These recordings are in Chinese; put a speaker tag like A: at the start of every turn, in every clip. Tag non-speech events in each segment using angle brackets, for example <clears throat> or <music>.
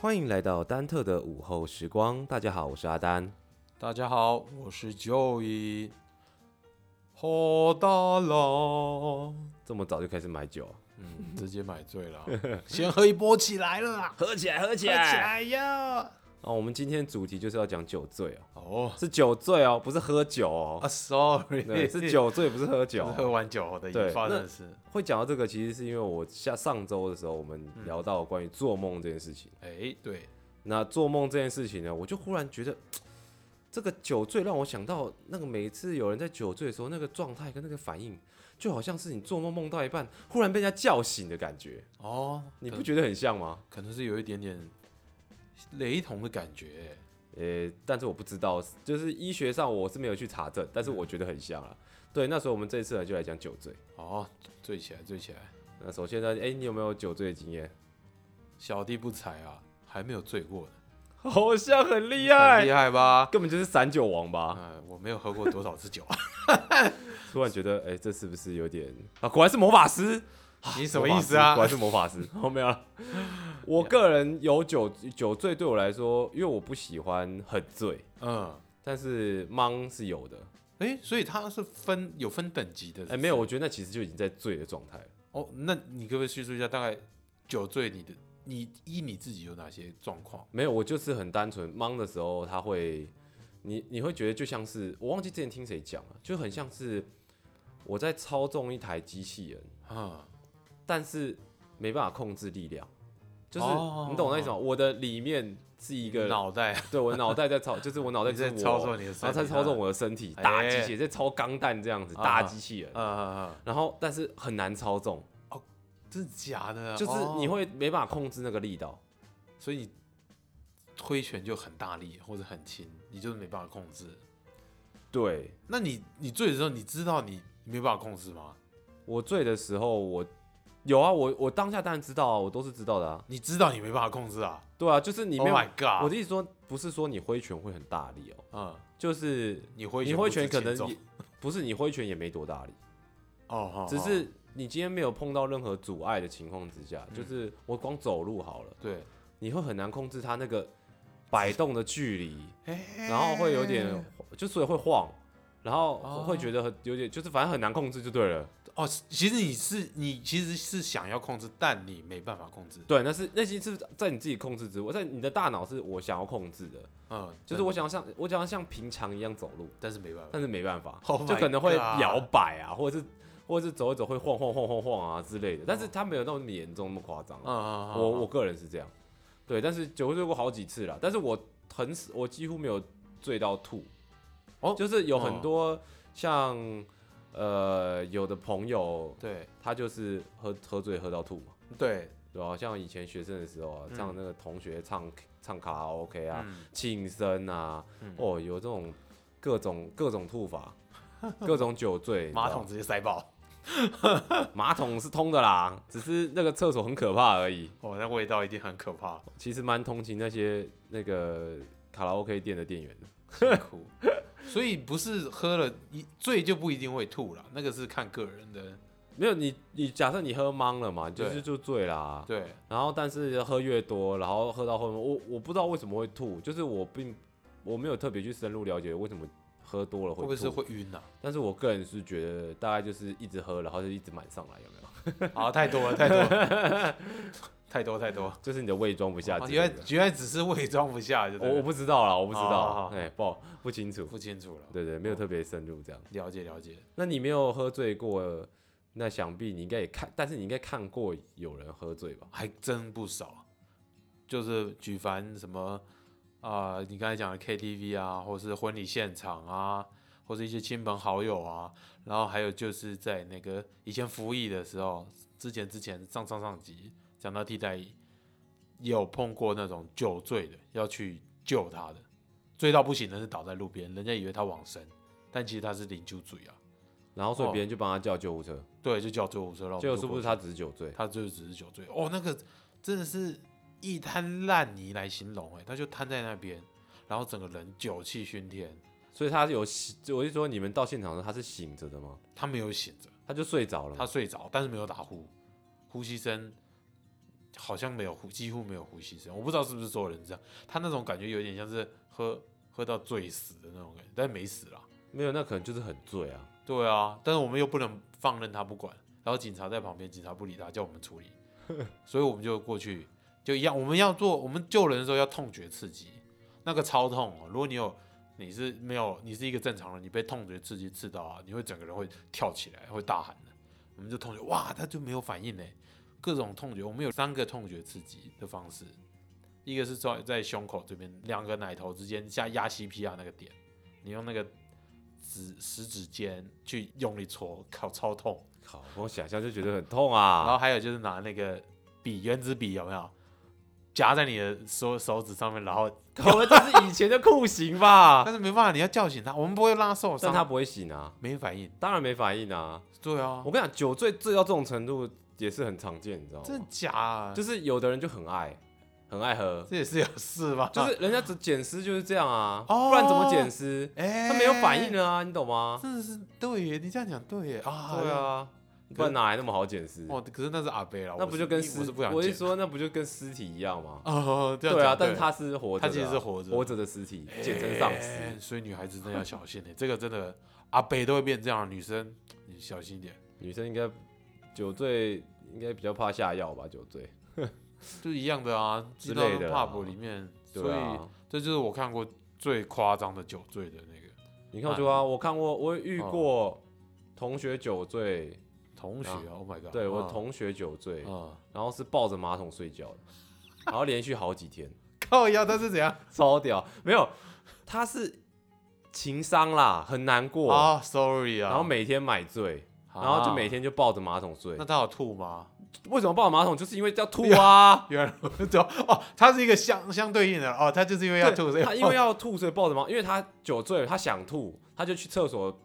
A: 欢迎来到丹特的午后时光。大家好，我是阿丹。
B: 大家好，我是 Joey。好大啦，
A: 这么早就开始买酒，啊
B: 嗯，直接买醉
A: <laughs>
B: 了，先喝一波起来了啦，
A: 喝起来，喝
B: 喝起来呀！
A: 哦，我们今天主题就是要讲酒醉哦，
B: 哦
A: 是酒醉哦，不是喝酒哦
B: 啊。
A: <laughs>
B: ，Sorry，
A: 对，是酒醉， <laughs> 不是喝
B: 是
A: 酒哦。
B: 喝完酒后的
A: 对
B: 引发
A: 那
B: 的事。
A: 会讲到这个，其实是因为我下上周的时候，我们聊到关于做梦这件事情。
B: 哎，对，
A: 那做梦这件事情呢，我就忽然觉得，这个酒醉让我想到那个每次有人在酒醉的时候，那个状态跟那个反应，就好像是你做梦梦到一半，忽然被人家叫醒的感觉，
B: 哦，
A: 你
B: 可
A: 不觉得很像吗？
B: 可能是有一点点雷同的感觉。
A: 呃、但是我不知道，就是医学上我是没有去查证，
B: 嗯
A: 但是我觉得很像了。对，那时候我们这一次呢就来讲酒醉。
B: 哦，醉起来，醉起来，
A: 那首先呢，哎、你有没有酒醉的经
B: <laughs>
A: 验？
B: 小弟不才啊，还没有醉过呢，
A: 好像很厉
B: 很
A: 害，
B: 厉害吧？
A: 根本就是散酒王吧？
B: 啊，我没有喝过多少
A: <laughs>
B: 次酒啊，
A: 突然觉得，哎、这是不是有点啊？果然是魔法师，
B: 你什么意思啊
A: 果？然是魔法
B: <laughs>
A: 师。后面啊，我个人有酒酒醉对我来说，因为我不喜欢很醉，
B: 嗯。
A: 但是懵是有的。
B: 哎、所以它是分有分等级
A: 哎、
B: 的。是不是
A: 没有，我觉得那其实就已经在醉的状态了。
B: 哦，那你可不可以叙述一下大概酒醉你的你依你自己有哪些状况？
A: 没有，我就是很单纯懵的时候，他会，你你会觉得就像是我忘记之前听谁讲了，就很像是我在操纵一台机器人，
B: 啊、
A: 但是没办法控制力量，就是、
B: 哦
A: 你懂我那意思吗？我的里面是一个
B: 脑
A: <laughs>
B: 袋
A: 对我脑袋在操，就是我脑袋
B: 你
A: 就是
B: 在
A: 我
B: 操作你的身体，啊
A: 然后在操纵我的身体，
B: 哎
A: 打机器人，在操钢弹这样子
B: 啊
A: 打机器人
B: 啊。啊啊！
A: 然后，但是很难操纵，
B: 真的假的？
A: 就是你
B: 哦
A: 会没办法控制那个力道。
B: 所以你挥拳就很大力或者很轻，你就是没办法控制。
A: 对
B: 那你你醉的时候，你知道你没办法控制吗？
A: 我醉的时候，我有啊，我我当下当然知道啊，我都是知道的啊。
B: 你知道你没办法控制啊
A: 对啊，就是你没
B: ！Oh
A: 有。
B: my
A: 我
B: god！
A: 的意思说，不是说你挥拳会很大力哦，
B: 嗯，
A: 就是
B: 你挥
A: 你
B: 挥
A: 挥拳可能
B: 哦
A: 也不是你挥拳也没多大力，
B: 哦，
A: 只
B: 哦
A: 是你今天没有碰到任何阻碍的情况之下，
B: 嗯
A: 就是我光走路好了。
B: 对，
A: 你会很难控制它那个摆动的距离，
B: 哎
A: 然后会有点，就所以会晃，然后
B: 哦
A: 会觉得很有点，就是反正很难控制就对了。
B: 哦，其实你是你其实是想要控制，但你没办法控制。
A: 对，那是那些是在你自己控制之外，在你的大脑是我想要控制的，
B: 嗯，
A: 就是我想要像我想要像平常一样走路，
B: 但，但是没办法。
A: 但是没办法
B: Oh my
A: 就可能会
B: God
A: 摇摆啊，或者是或者是走一走会晃晃晃晃晃啊之类的，但
B: 哦
A: 是它没有那么严重那么夸张啊。
B: 嗯嗯嗯，
A: 我我个人是这样，对，但是酒醉过好几次了，但是我很少我几乎没有醉到吐，
B: 哦
A: 就是有
B: 哦
A: 很多像、呃有的朋友
B: 对
A: 他就是喝喝醉喝到吐嘛，
B: 对
A: 对吧、像以前学生的时候啊，
B: 嗯
A: 唱那个同学唱唱卡拉 OK 啊，
B: 嗯
A: 庆生啊，
B: 嗯
A: 哦有这种各种各种吐
B: <laughs>
A: 法。各种酒醉，你知道
B: 马桶直接塞爆，
A: 马桶是通的啦，只是那个厕所很可怕而已。
B: 哦，那味道一定很可怕，
A: <laughs> 其实蛮同情那些那个卡拉 OK 店的店员的。
B: 辛苦。所以不是喝了一醉就不一定会吐了，那个是看个人的。
A: 没有你，你假设你喝懵了嘛，就
B: 对
A: 是就醉啦。
B: 对，
A: 然后但是喝越多，然后喝到后面，我我不知道为什么会吐，就是我并我没有特别去深入了解为什么喝多了
B: 会
A: 会
B: 不
A: 吐。
B: 会是会
A: <laughs>
B: 晕啊？
A: 但是我个人是觉得大概就是一直喝，然后就一直满上来，有没有？ <laughs>
B: 啊，太多了，太多了，太多太多。
A: 就是你的胃装不下
B: 哦
A: 之类
B: 原
A: 的
B: 来。原来只是伪装不下，就对
A: 我我
B: 了
A: 不知道啦，我不知
B: 好
A: 道
B: 好好，
A: 哎，不好不清楚。
B: 不清楚了。
A: 对对，没有特别深入这样。
B: 了解了解。
A: 那你没有喝醉过，那想必你应该也看，但是你应该看过有人喝醉吧？
B: 还真不少，就是举凡什么啊、呃你刚才讲的 KTV 啊，或是婚礼现场啊，或是一些亲朋好友啊，然后还有就是在那个以前服役的时候，之前之前上上上集讲到替代役，也有碰过那种酒醉的要去救他的，醉到不行的是倒在路边，人家以为他往生，但其实他是零酒醉啊，
A: 然后所以
B: 哦
A: 别人就帮他叫救护车，
B: 对，就叫救护车，然后
A: 结
B: 我
A: 果
B: 们
A: 是
B: 就
A: 哦不
B: 过
A: 是
B: 去
A: 他只是酒醉？
B: 他就只是酒醉。哦，那个真的是一滩烂泥来形容，哎，他就瘫在那边，然后整个人酒气熏天，
A: 所以他有醒，我就说你们到现场的时候他是醒着的吗？
B: 他没有醒着，
A: 他就睡着了
B: 他
A: 吗，
B: 睡着，但是没有打呼，呼吸声好像没有呼，几乎没有呼吸声。我不知道是不是所有人这样，他那种感觉有点像是喝喝到醉死的那种感觉，但没死啦。
A: 没有，那可能就是很醉啊。
B: 对啊，但是我们又不能放任他不管，然后警察在旁边，警察不理他，叫我们处理，所以我们就过去，就一样，我们要做，我们救人的时候要痛觉刺激，那个超痛哦。如果你有，你是没有，你是一个正常人，你被痛觉刺激刺到啊，你会整个人会跳起来，会大喊的。我们就痛觉，哇，他就没有反应呢。各种痛觉，我们有三个痛觉刺激的方式，一个是在在胸口这边，两个奶头之间加压 CPR 那个点，你用那个指食指尖去用力戳，靠，超痛。
A: 靠，光想象就觉得很痛
B: 然
A: <laughs>
B: 后
A: 啊。
B: 还有就是拿那个笔，原子笔有没有？夹在你的手手指上面，然后
A: 靠，那这是以前的酷刑吧？
B: 但是没办法，你要叫醒他，我们不会让他受
A: 啊但
B: 伤，
A: 他不会醒啊，
B: 没反应。
A: 当然没反应啊。
B: 对啊
A: 我，跟你讲，酒醉醉到这种程度也是很常见，你知道
B: 真
A: 吗
B: 的？假啊？
A: 就是有的人就很爱，很爱喝，
B: 这也是有事吧？
A: 就是人家只捡尸就是这样啊，
B: 哦
A: 不然怎么捡尸？
B: 哎，
A: 他没有反应，了啊，你懂吗？
B: 真的是对耶，你这样讲对耶啊，
A: 对，啊，不
B: 可
A: 然哪来那么好捡尸？
B: 哇，可是那是阿贝啦，
A: 那
B: 我
A: 不
B: 是
A: 就跟
B: 一我
A: 尸
B: 是不想
A: 我一
B: 见
A: 说那不就跟尸体一样吗？
B: 哦，这样
A: 对啊，
B: 讲
A: 但是他是活着的啊，
B: 他其实是活着的
A: 活着的尸体，简称丧
B: 哎
A: 尸。
B: 所以女孩子真的要小心耶，这个真的阿贝都会变这样，女生你小心一点。
A: 女生应该酒醉，应该比较怕下药吧？酒醉
B: 就一样的啊，
A: 之类的啦
B: pub 里面，所
A: 对
B: 以
A: 啊，
B: 这就是我看过最夸张的酒醉的那个
A: 你
B: 哎
A: 看对啊，我看过，我遇
B: 哦
A: 过同学酒醉，
B: 同学啊
A: 啊
B: ，Oh my god！
A: 对我
B: 啊
A: 同学酒醉，
B: 啊，
A: 然后是抱着马桶睡觉的，然后连续好几天， <laughs>
B: 靠腰他是怎样？
A: 超屌。没有，他是情伤啦，很难过，
B: 啊，Sorry 啊，
A: 然后每天买醉，然后就每
B: 天，
A: 天就抱着马桶睡
B: 哦那。他有吐吗？
A: 为什么抱着马桶？就是因为要吐啊。
B: 原来我知道哦，他是一个相相对应的哦，他就是因为 <laughs> 要吐，所以
A: 他因为要吐，所以抱着马桶，因为他酒醉了，他想吐，他就去厕所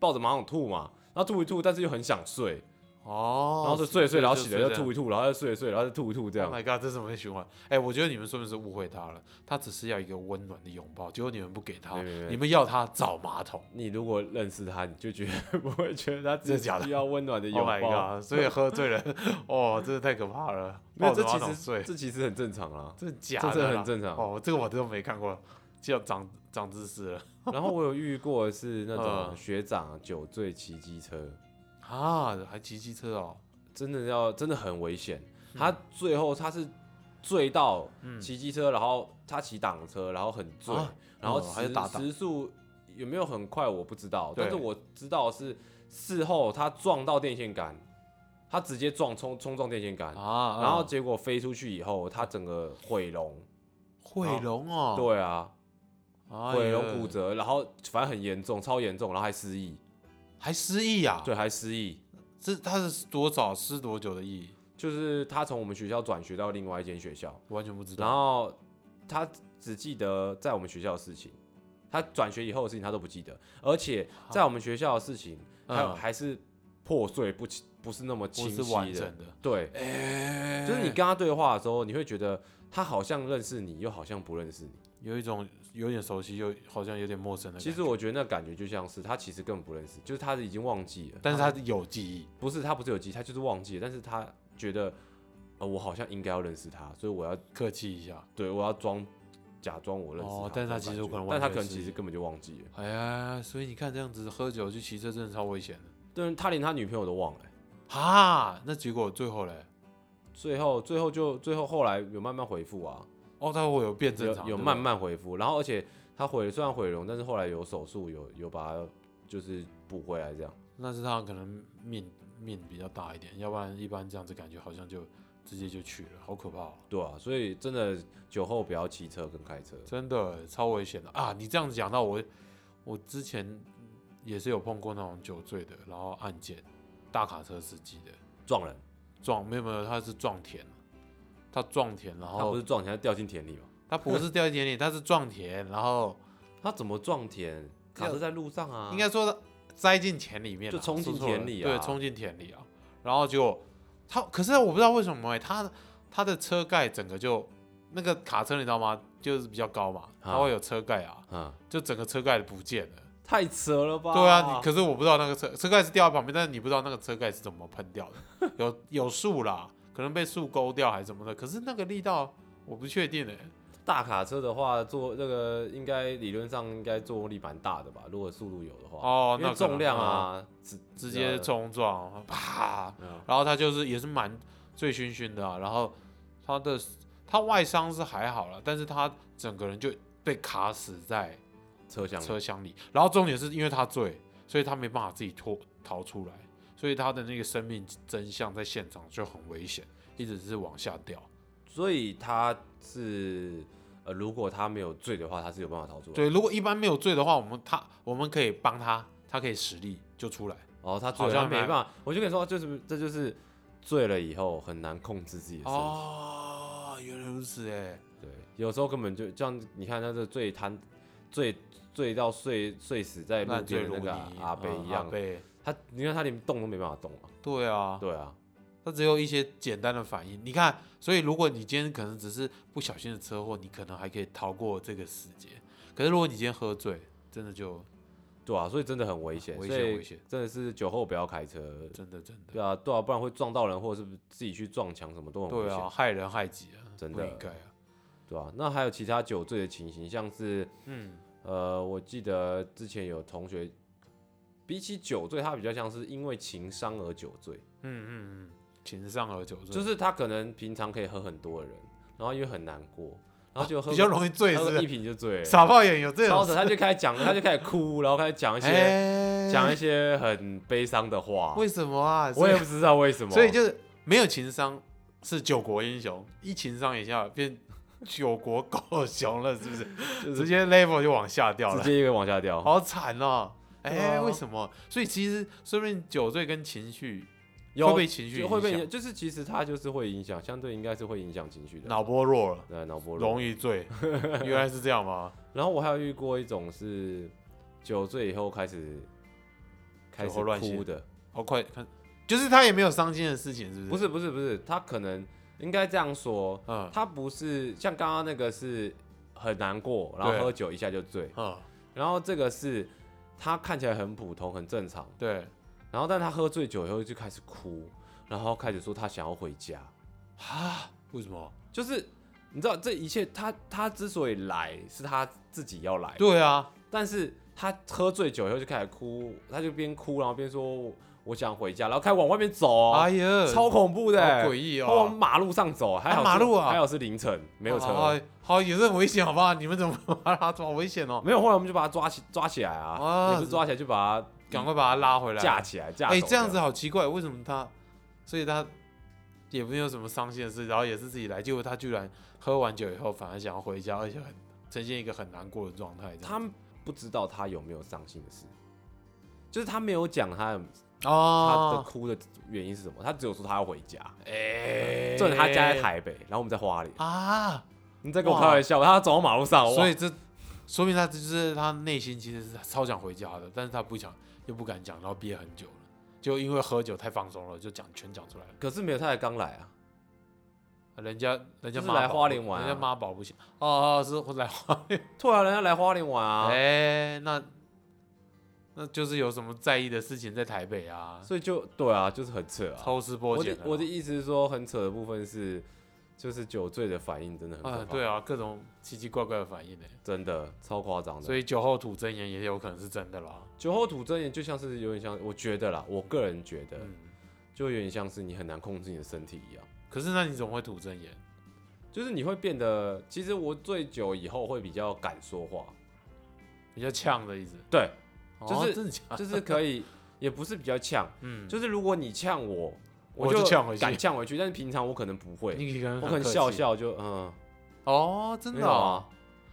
A: 抱着马桶吐嘛，然后吐一吐，但是又很想睡，
B: 哦，
A: 然后就睡一睡，然后起来又
B: 就
A: 吐一吐，然后又睡一睡，然后再吐一吐，这样
B: Oh my god，这是什么循环？哎、我觉得你们说明是误会他了，他只是要一个温暖的拥抱，结果你们不给他，
A: 没没没
B: 你们要他找马桶。
A: 你如果认识他，你就绝对不会觉得他
B: 真
A: 只
B: 的假的
A: 需要温暖的
B: Oh
A: 拥
B: my
A: 抱。
B: god！所
A: <laughs>
B: 以喝醉了，哦，真的太可怕了。
A: 没有，这
B: 抱着
A: 其
B: 马桶
A: 实
B: 睡，
A: 这其实很正常啦，
B: 这假
A: 这
B: 的啦，
A: 真的很正常。
B: 哦，这 <laughs> 个我真的没看过，就要长长知识了
A: 然后我有遇过的是那
B: 嗯
A: 种学长酒醉骑机车，
B: 啊！还骑机车哦，
A: 真的要真的很危险。他最后他是醉到
B: 嗯
A: 骑机车，然后他骑挡车，然后很醉
B: 啊，
A: 然后
B: 哦还
A: 时
B: 有打档
A: 时速有没有很快我不知道，
B: 对
A: 但是我知道是事后他撞到电线杆，他直接撞冲冲撞电线杆，
B: 啊
A: 嗯然后结果飞出去以后，他整个毁容，
B: 毁容哦，哎
A: 对啊，
B: 对
A: 毁容骨折，然后反正很严重，超严重，然后还失忆，
B: 还失忆啊？，
A: 对，还失忆。
B: 这他是多少失多久的忆？
A: 就是他从我们学校转学到另外一间学校，
B: 完全不知
A: 然
B: 道。
A: 后他只记得在我们学校的事情，他转学以后的事情他都不记得，而且在我们学校的事情，还有
B: 嗯
A: 还是破碎不清不是那么清
B: 不
A: 晰
B: 是完
A: 的。
B: 整的，
A: 对，
B: 哎
A: 就是你跟他对话的时候，你会觉得他好像认识你，又好像不认识你。
B: 有一种有点熟悉，又好像有点陌生的感觉。
A: 其实我觉得那感觉就像是他其实根本不认识，就是他已经忘记了。
B: 但是他有记忆，
A: 不是他不是有记忆，他就是忘记了，但是他觉得，呃，我好像应该要认识他，所以我要
B: 客气一下。
A: 对我要装假装我认识他。
B: 哦但是他
A: 这种
B: 其实
A: 感觉
B: 可能
A: 但
B: 完
A: 他
B: 全
A: 可能
B: 是
A: 其实根本就忘记了。
B: 哎呀，所以你看这样子喝酒去骑车真的超危险的
A: 对，他连他女朋友都忘了欸、
B: 哈。那结果最后嘞，
A: 最后最后就最后后来有慢慢回复啊，
B: 哦，他会有变正
A: 有
B: 常，
A: 有
B: 对不
A: 慢
B: 对
A: 慢回复，然后而且他毁虽然毁容，但是后来有手术，有有把它就是补回来这样。
B: 那是他可能命命比较大一点，要不然一般这样子感觉好像就直接就去了，好可怕、哦，
A: 对啊，所以真的酒后不要骑车跟开车。
B: 真的超危险的啊！你这样子讲到我，我之前也是有碰过那种酒醉的，然后案件，大卡车司机的
A: 撞人，
B: 撞，没有没有，他是撞田，他撞田，然
A: 他不
B: 后
A: 是撞田，他掉进田里嘛？
B: 他不是掉进田里，他是撞田，然后
A: 他怎么撞田？卡车在路上啊，
B: 应该说他栽进田里面啦，
A: 就冲进
B: 说错了
A: 田里啊
B: 对，冲进田里啊。然后结果他，可是我不知道为什么哎、他他的车盖整个就那个卡车你知道吗？就是比较高嘛，
A: 啊
B: 它会有车盖啊，
A: 啊，
B: 就整个车盖不见了。
A: 太扯了吧？
B: 对啊，你可是我不知道那个车车盖是掉在旁边，但是你不知道那个车盖是怎么喷掉的，有有树啦，可能被树勾掉还是什么的，可是那个力道我不确定哎、
A: 大卡车的话，做那个应该理论上应该作用力蛮大的吧？如果速度有的话，
B: 哦，
A: 因
B: 那
A: 为
B: 可能
A: 重量，啊，直
B: 嗯直接，冲撞，啪，
A: 对啊
B: 然后他就是也是蛮醉醺醺的、啊，然后他的他外伤是还好了，但是他整个人就被卡死在
A: 车厢
B: 车厢里，然后重点是因为他醉，所以他没办法自己脱逃出来，所以他的那个生命真相在现场就很危险，一直是往下掉。
A: 所以他是呃，如果他没有醉的话，他是有办法逃出来。，
B: 对，如啊果一般没有醉的话，我们他我们可以帮他，他可以实力就出来。
A: 哦，他醉了
B: 好像
A: 他没
B: 蛮
A: 办法。我就跟你说，哦就是这就是醉了以后很难控制自己的身体。
B: 哦，原来如此哎，
A: 对，有时候根本就像你看他这醉瘫醉醉到睡睡死在路
B: 烂醉
A: 边的
B: 如
A: 那
B: 泥
A: 个啊阿贝
B: 嗯
A: 一
B: 阿
A: 样，
B: 贝，
A: 他你看他连动都没办法动啊。
B: 对啊，
A: 对啊，
B: 他只有一些简单的反应。你看，所以如果你今天可能只是不小心的车祸，你可能还可以逃过这个死劫。可是如果你今天喝醉，真的就
A: 对啊，所以真的很危险，
B: 危
A: 所
B: 险
A: 以
B: 危险，
A: 真的是酒后不要开车。
B: 真的真的，
A: 对啊，对啊，不然会撞到人，或者是自己去撞墙，什么都很危
B: 对
A: 险。
B: 啊，害人害己啊，
A: 真
B: 不
A: 的
B: 应该啊。
A: 对啊，那还有其他酒醉的情形，像是
B: 嗯，
A: 呃，我记得之前有同学，比起酒醉，他比较像是因为情伤而酒醉，
B: 嗯情上而酒醉，
A: 就是他可能平常可以喝很多的人，然后因为很难过，然后就喝、
B: 哦比较容易醉，是
A: 喝
B: 不
A: 个一
B: 是？
A: 瓶就醉了，
B: 傻爆眼有这
A: 超
B: 种
A: 扯，他就开始讲，他就开始哭，然后开始讲一些
B: 哎，
A: 讲、一些很悲伤的话，
B: 为什么啊？
A: 我
B: 所以
A: 也不知道为什么，
B: 所以就是没有情商是九国英雄，一情商以下变九国狗熊了，是不是？
A: 就是
B: 直接 level 就往下掉
A: 直
B: 了，
A: 接一个往下掉，
B: 好惨哦。哎、
A: 对啊
B: 为什么？所以其实说不定酒醉跟情绪
A: 有
B: 会被情绪
A: 就
B: 影
A: 会被
B: 响
A: 影就是其实它就是会影响，相对应该是会影响情绪的。
B: 脑波弱了，
A: 呃脑波弱。
B: 容
A: <laughs>
B: 易醉，原来是这样吗？
A: 然后我还有遇过一种是酒醉以后开始开
B: 酒
A: 始
B: 后乱性
A: 哭的，
B: 好快看，就是他也没有伤心的事情，是不是？
A: 不，是不是不是，他可能应该这样说，
B: 嗯
A: 他不是像刚刚那个是很难过，然后
B: 对
A: 喝酒一下就醉，
B: 嗯，
A: 然后这个是他看起来很普通很正常，
B: 对
A: 然后但他喝醉酒以后就开始哭，然后开始说他想要回家。
B: 啊，为什么？
A: 就是你知道这一切他，他之所以来是他自己要来，
B: 对啊，
A: 但是他喝醉酒以后就开始哭，他就边哭然后边说我想回家，然后开始往外面走、哦，
B: 哎呀，
A: 超恐怖的、
B: 好
A: 欸，
B: 诡异
A: 他往
B: 哦，
A: 马路上走，还好是、
B: 马路啊
A: 还好是凌晨没有车，
B: 啊好也是很危险，好不 <laughs> 好？你们怎么把他抓？好危险哦，
A: 没有，后来我们就把他抓起抓起来啊，
B: 啊
A: 也不是抓起来就把
B: 赶快把他拉回
A: 他
B: 来。
A: 架起来架走，
B: 哎、这样子好奇怪，为什么他？所以他也没有什么伤心的事，然后也是自己来，结果他居然喝完酒以后反而想要回家，而且很呈现一个很难过的状态。这
A: 他
B: 样
A: 们不知道他有没有伤心的事，就是他没有讲他他的
B: 哦，
A: 哭的原因是什么，他只有说他要回家。
B: 哎、
A: 重点他家在台北，然后我们在花莲。
B: 啊，
A: 你在跟我开玩笑？他走到马路上，
B: 所
A: 哇
B: 以这说明他就是他内心其实是超想回家的，但是他不想又不敢讲，然后憋很久了，就因为喝酒太放松了，就讲全讲出来了。
A: 可是没有，他才刚来啊。
B: 人家人家
A: 就是
B: 妈
A: 来
B: 宝
A: 花
B: 不
A: 莲玩
B: 人
A: 啊
B: 家妈宝不行哦，哦是我来花莲。
A: 突然人家来花莲玩啊，
B: 哎、那那就是有什么在意的事情在台北啊，
A: 所以就对啊，就是很扯啊。
B: 抽丝剥
A: 我
B: 茧
A: 的
B: 啊。
A: 我的意思是说，很扯的部分是，就是酒醉的反应真的很可
B: 啊，
A: 怕，
B: 对啊，各种奇奇怪怪的反应呢、
A: 真的超夸张的。
B: 所以酒后吐真言也有可能是真的啦。
A: 酒后吐真言就像是有点像，我觉得啦，我个人觉得
B: 嗯，
A: 就有点像是你很难控制你的身体一样，
B: 可是那你怎么会吐真言？
A: 就是你会变得，其实我醉酒以后会比较敢说话，
B: 比较呛的意思，
A: 对，
B: 哦
A: 就是
B: 真的假的？
A: 就是可以， <laughs> 也不是比较呛。
B: 嗯，
A: 就是如果你呛我，我
B: 我就呛回去
A: 敢呛回去。但是平常我可能不会，
B: 你可能
A: 我可能
B: 客气
A: 笑笑就嗯，
B: 哦，真
A: 没
B: 的、
A: 有
B: 哦。
A: 啊。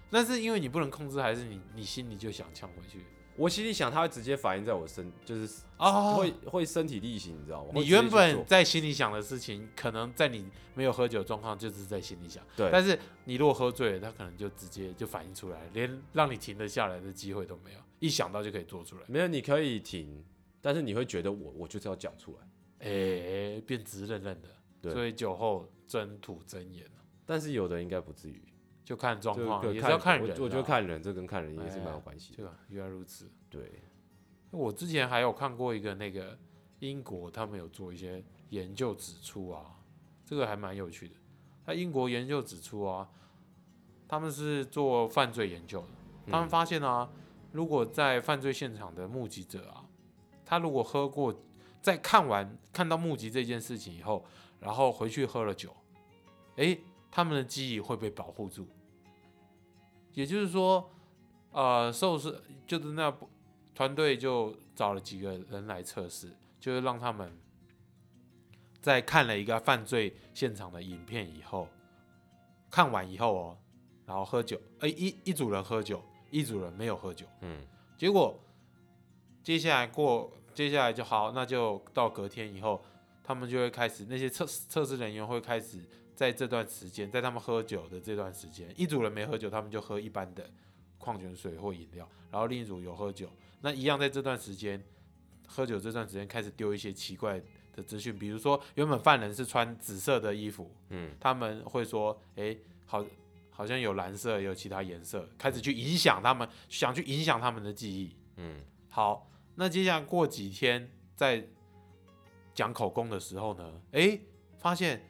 B: 那是因为你不能控制，还是你你心里就想呛回去
A: 我心里想，他会直接反映在我身，就是
B: 啊？
A: 会会身体力行，你知道吗？会
B: 你
A: 直接去
B: 原本
A: 做
B: 在心里想的事情，可能在你没有喝酒的状况，就是在心里想。
A: 对
B: 但是你如果喝醉了，他可能就直接就反应出来，连让你停得下来的机会都没有，一想到就可以做出来。
A: 没有，你可以停，但是你会觉得我我就是要讲出来。
B: 哎、变直愣愣的。
A: 对
B: 所以酒后真吐真言啊
A: 但是有的应该不至于，
B: 就看状
A: 就
B: 况，
A: 可
B: 也是要看
A: 我
B: 人、啊。哎
A: 我觉得，看人，这跟看人也是蛮有关系的。
B: 对吧？原来如此。
A: 对，
B: 我之前还有看过一个那个英国，他们有做一些研究指出啊，这个还蛮有趣的。那英国研究指出啊，他们是做犯罪研究的，他们发现啊，如果在犯罪现场的目击者啊，他如果喝过，在看完看到目击这件事情以后，然后回去喝了酒，诶，他们的记忆会被保护住。也就是说，呃，受试就是那不团队就找了几个人来测试，就是让他们在看了一个犯罪现场的影片以后，看完以后哦，然后喝酒，哎、一一组人喝酒，一组人没有喝酒，
A: 嗯，
B: 结果接下来过，接下来就好，那就到隔天以后，他们就会开始那些测测试人员会开始在这段时间，在他们喝酒的这段时间，一组人没喝酒，他们就喝一般的矿泉水或饮料，然后另一组有喝酒，那一样在这段时间喝酒这段时间开始丢一些奇怪的资讯，比如说原本犯人是穿紫色的衣服，
A: 嗯，
B: 他们会说，哎、好。好像有蓝色，也有其他颜色，开始去影响他们，想去影响他们的记忆。
A: 嗯，
B: 好，那接下来过几天在讲口供的时候呢，诶，发现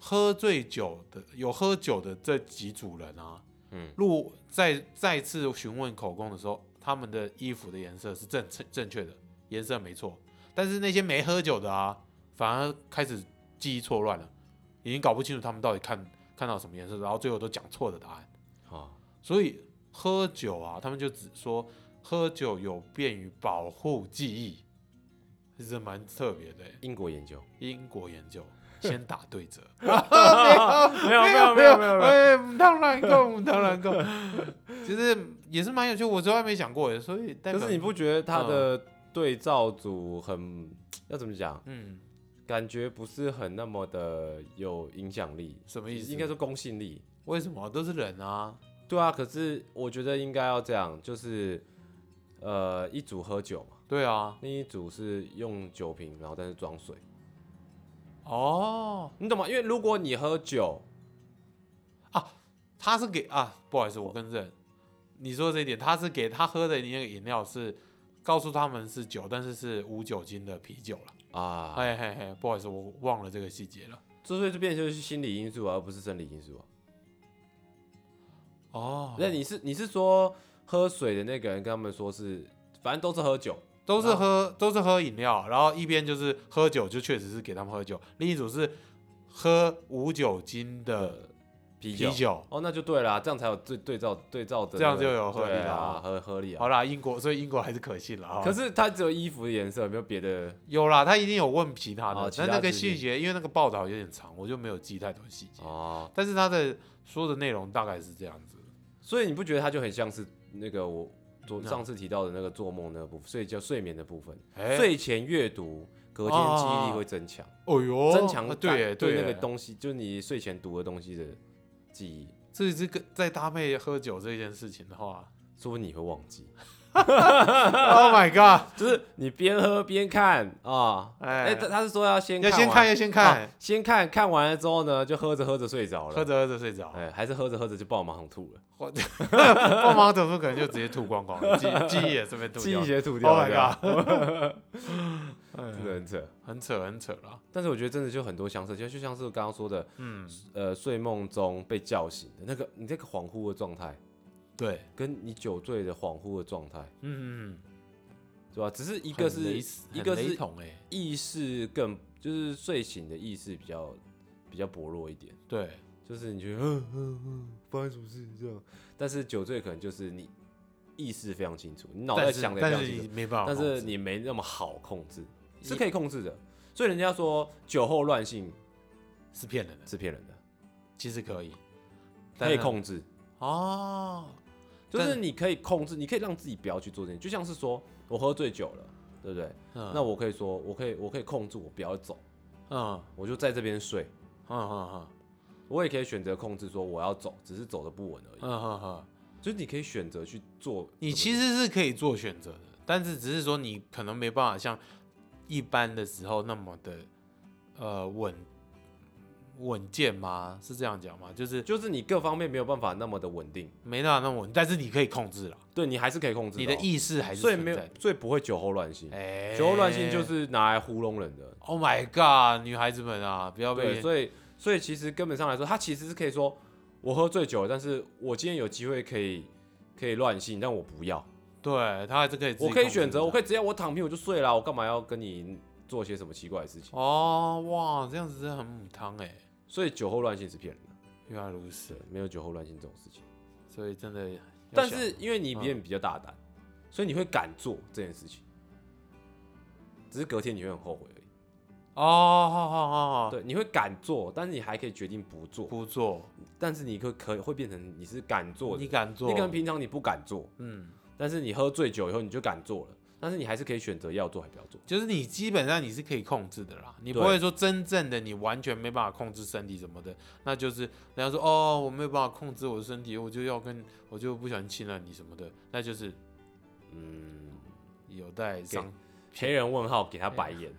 B: 喝醉酒的有喝酒的这几组人啊，
A: 嗯，
B: 录再再次询问口供的时候，他们的衣服的颜色是正正正确的，颜色没错，但是那些没喝酒的啊，反而开始记忆错乱了，已经搞不清楚他们到底看看到什么颜色，然后最后都讲错的答案。
A: 好，
B: 所以喝酒啊，他们就只说喝酒有便于保护记忆，这是蛮特别的欸。
A: 英国研
B: <laughs>
A: 究，
B: 英国研究 <laughs> 先打对折，
A: 没有没有没有没有没有，
B: 哎，不当然够，不当然够， <laughs> 其实也是蛮有趣，我从来没想过耶，所以代
A: 可
B: 表
A: 是你不觉得他的对照组很要怎么讲？
B: 嗯
A: 感觉不是很那么的有影响力，
B: 什么意思？
A: 应该说公信力。
B: 为什么都是人啊？
A: 对啊，可是我觉得应该要这样，就是呃一组喝酒嘛，
B: 对啊，
A: 另一组是用酒瓶，然后但是装水，
B: 哦，
A: 你懂吗？因为如果你喝酒，
B: 他是给啊，不好意思，我更正，你说这一点，他是给他喝的那个饮料是告诉他们是酒，但是是无酒精的啤酒了。
A: 啊，
B: 嘿嘿嘿，不好意思，我忘了这个细节了。
A: 这所以就变成就是心理因素啊，而不是生理因素啊。
B: 哦，
A: 那你是你是说喝水的那个人跟他们说是，反正都是喝酒，
B: 都是喝都是喝饮料，然后一边就是喝酒，就确实是给他们喝酒；另一组是喝无酒精的
A: 呃，啤
B: 啤酒。
A: 哦，那就对啦，这样才有对对照对照的那个、
B: 这样就有合理了
A: 对啊
B: 啊，
A: 合合理啊。
B: 好啦，英国，所以英国还是可信了啊。
A: 可是它只有衣服的颜色，有没有别的？
B: 有啦，他一定有问其他的
A: 哦，其
B: 但
A: 他
B: 那个
A: 事情
B: 细节，因为那个报道有点长，我就没有记太多细节。
A: 哦，
B: 但是他的说的内容大概是这样子。
A: 所以你不觉得它就很像是那个我昨
B: 那
A: 上次提到的那个做梦那个部分，睡觉睡眠的部分，
B: 哎
A: 睡前阅读，隔天记忆力会增强，
B: 哦哟，
A: 增强
B: 啊
A: 感
B: 对耶
A: 对
B: 耶
A: 那个东西，就是你睡前读的东西的记忆，
B: 这这个再搭配喝酒这件事情的
A: <laughs>
B: 话
A: 说不定你会忘记，
B: ，Oh my god！
A: 就是你边喝边看啊。哎、
B: 哎，
A: 他他是说要先
B: 要先
A: 完
B: 看，要先看
A: 啊，先看看完了之后呢，就喝着喝着睡着了，
B: 喝着喝着睡着，
A: 哎，还是喝着喝着就爆马桶吐了，
B: 爆马桶可能就直接吐光光了，记记忆也顺便吐
A: 记
B: 掉
A: 忆。也吐
B: Oh
A: 掉
B: my
A: 这样 <laughs>
B: god！
A: 真的很扯。
B: 很扯，很扯啦。
A: 但是我觉得真的就很多相似，就就像是刚刚说的，
B: 嗯，
A: 呃，睡梦中被叫醒的那个，你这个恍惚的状态，
B: 对，
A: 跟你酒醉的恍惚的状态，
B: 嗯，
A: 对吧？只是一
B: 一
A: 个是一个是
B: 桶哎，
A: 意识更，就是睡醒的意识比较比较薄弱一点，
B: 对，
A: 就是你觉得嗯嗯嗯，发生什么事这样，但是酒醉可能就是你意识非常清楚，你脑袋
B: 但是
A: 想的非
B: 但
A: 常
B: 是
A: 清楚
B: 你，没办法
A: 但
B: 控制，
A: 是你没那么好控制，
B: 你
A: 是可以控制的。所以人家说酒后乱性
B: 是骗人的，
A: 是骗人的，
B: 其实可以，但
A: 可以
B: 是
A: 控制，
B: 哦，
A: 就
B: 但
A: 是你可以控制，你可以让自己不要去做这件事，就像是说我喝醉酒了，对不对？
B: 嗯
A: 那我可以说，我可以，我可以控制我不要走，
B: 嗯
A: 我就在这边睡。
B: 嗯嗯
A: 我也可以选择控制说我要走，只是走的不稳而
B: 嗯
A: 已。
B: 嗯嗯，
A: 就是你可以选择去做，
B: 你其实是可以做选择的，但是只是说你可能没办法像一般的时候那么的呃稳稳健吗？是这样讲吗？就是
A: 就是你各方面没有办法那么的稳定，
B: 没办法那么稳，但是你可以控制了，
A: 对你还是可以控制
B: 你的
A: 哦
B: 意识还是
A: 所以
B: 存
A: 没
B: 在
A: 有
B: 的。，
A: 所以不会酒后乱性。
B: 哎
A: 酒后乱性就是拿来糊弄人的，
B: ，Oh my God，女孩子们啊，不要
A: 对，
B: 被
A: 所以所以其实根本上来说，他其实是可以说我喝醉酒了，但是我今天有机会可以可以乱性，但我不要，
B: 对他还是可以自己
A: 我
B: 控制
A: 可
B: 的，
A: 以选择，我可
B: 以
A: 以直接我躺平我就睡了，我干嘛要跟你做些什么奇怪的事情？
B: 哦，哇，这样子真的很母汤哎，
A: 所以酒后乱性是骗人的，
B: 原来如此
A: 对，，没有酒后乱性这种事情。嗯
B: 所以真的要想，
A: 但是因为你比人比较大胆，所以你会敢做这件事情，只是隔天你会很后悔而已。
B: 哦，好好好好，
A: 对，你会敢做，但是你还可以决定不做，
B: 不做，
A: 但是你可可会变成你是敢做的，
B: 你敢
A: 你
B: 做，
A: 可能平常你不敢做，
B: 嗯，
A: 但是你喝醉酒以后你就敢做了，但是你还是可以选择要做还不要 <laughs> 做。
B: 就是你基本上你是可以控制的啦，你不
A: 对
B: 会说真正的你完全没办法控制身体什么的，那就是人家说哦，我没有办法控制我的身体，我就要跟我就不喜欢亲了你什么的，那就是
A: 嗯，
B: 有待商，
A: 黑人问号给他白眼，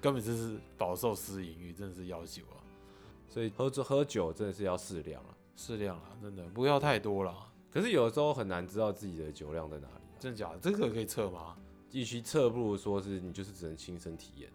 B: 根本就是饱受私淫欲，真的是要求啊，
A: 所以喝醉喝酒真的是要适量啊。
B: 适量啦，真的不要太多啦，
A: 可是有的时候很难知道自己的酒量在哪里、啊，
B: 真的假的？这个可以测吗？
A: 与其测，不如说是你就是只能亲身体验。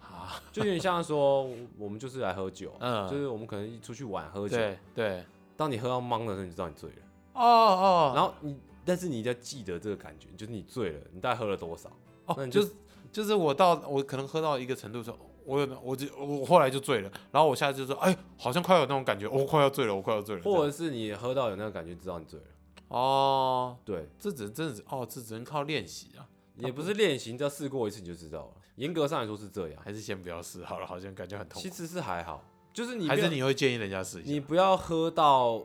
B: 啊，
A: 就有点像说，我们就是来喝酒，
B: 嗯
A: 就是我们可能一出去玩喝酒，
B: 对对，
A: 当你喝到懵的时候，你就知道你醉了，
B: 哦哦，
A: 然后你，但是你一定要记得这个感觉，就是你醉了，你大概喝了多少，那
B: 哦，
A: 你
B: 就
A: 就是
B: 就是我到我可能喝到一个程度的时候，我有我就我后来就醉了，然后我下次就说，哎，好像快有那种感觉，我、快要醉了，我快要醉了。
A: 或
B: 这
A: 者
B: 样
A: 是你喝到有那个感觉，知道你醉了。
B: 哦，
A: 对，
B: 这只真的是哦，这只能靠练习啊，
A: 也不是练习，你只要试过一次你就知道了。严格上来说是这样，
B: 还是先不要试好了，好像感觉很痛
A: 其
B: 苦。
A: 实是还好，就是你不
B: 还
A: 要
B: 是你会建议人家试一下？
A: 你不要喝到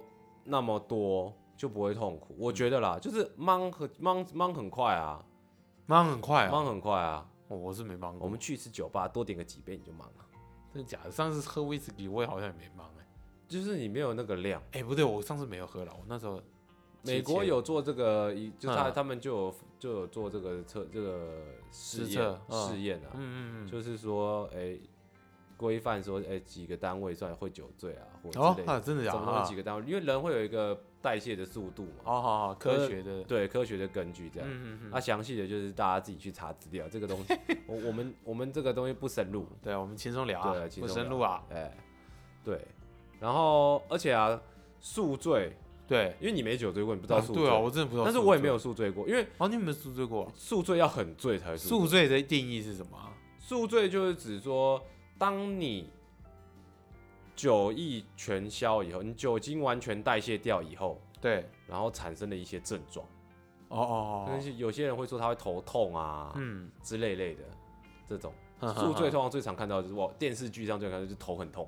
A: 那么多就不会痛苦，我觉得
B: 嗯
A: 啦，就是懵很懵懵很快啊，
B: 忙很快啊、
A: 懵很快啊。
B: 哦我是没忙过。
A: 我们去一次酒吧，多点个几杯你就忙了，
B: 真的假的？上次喝威士忌，我也好像也没忙哎、
A: 就是你没有那个量。
B: 哎、不对，我上次没有喝了，我那时候
A: 美国有做这个，一就是他
B: 嗯
A: 他们就有就有做这个测这个试
B: 实
A: 验
B: 测嗯
A: 试验啊，
B: 嗯嗯嗯，
A: 就是说，哎，规范说，哎，几个单位算会酒醉啊，或者
B: 哦
A: 之类，的，
B: 啊，真的假
A: 怎
B: 的？
A: 么会
B: 啊
A: 几个单位？因为人会有一个代谢的速度嘛，
B: 哦，好好，科学的，
A: 对，科学的根据这样。
B: 嗯嗯嗯，
A: 那详细的就是大家自己去查资料，这个东西，我我们我们这个东西不深入，
B: 对，我们轻松聊啊
A: 对，轻
B: 不
A: 松
B: 深
A: 聊
B: 入啊，
A: 哎，对，然后而且啊，宿醉，
B: 对，
A: 因为你没酒醉过，你不知
B: 不
A: 道宿醉，
B: 对啊，我真的不知道。
A: 但是我也没有，宿醉过，因为
B: 哦，你有没有宿醉过啊？
A: 宿醉要很醉才宿
B: 宿
A: 醉。
B: 醉的定义是什么啊？
A: 宿醉就是指说，当你酒意全消以后，你酒精完全代谢掉以后，
B: 对，
A: 然后产生的一些症状。
B: 哦哦
A: 但
B: 哦，
A: 是有些人会说他会头痛啊、
B: 嗯，
A: 之类类的，这种
B: <laughs> 哼
A: 宿醉
B: 哼
A: 通常最常看到的就是哇，电视剧上最常看到就是头很痛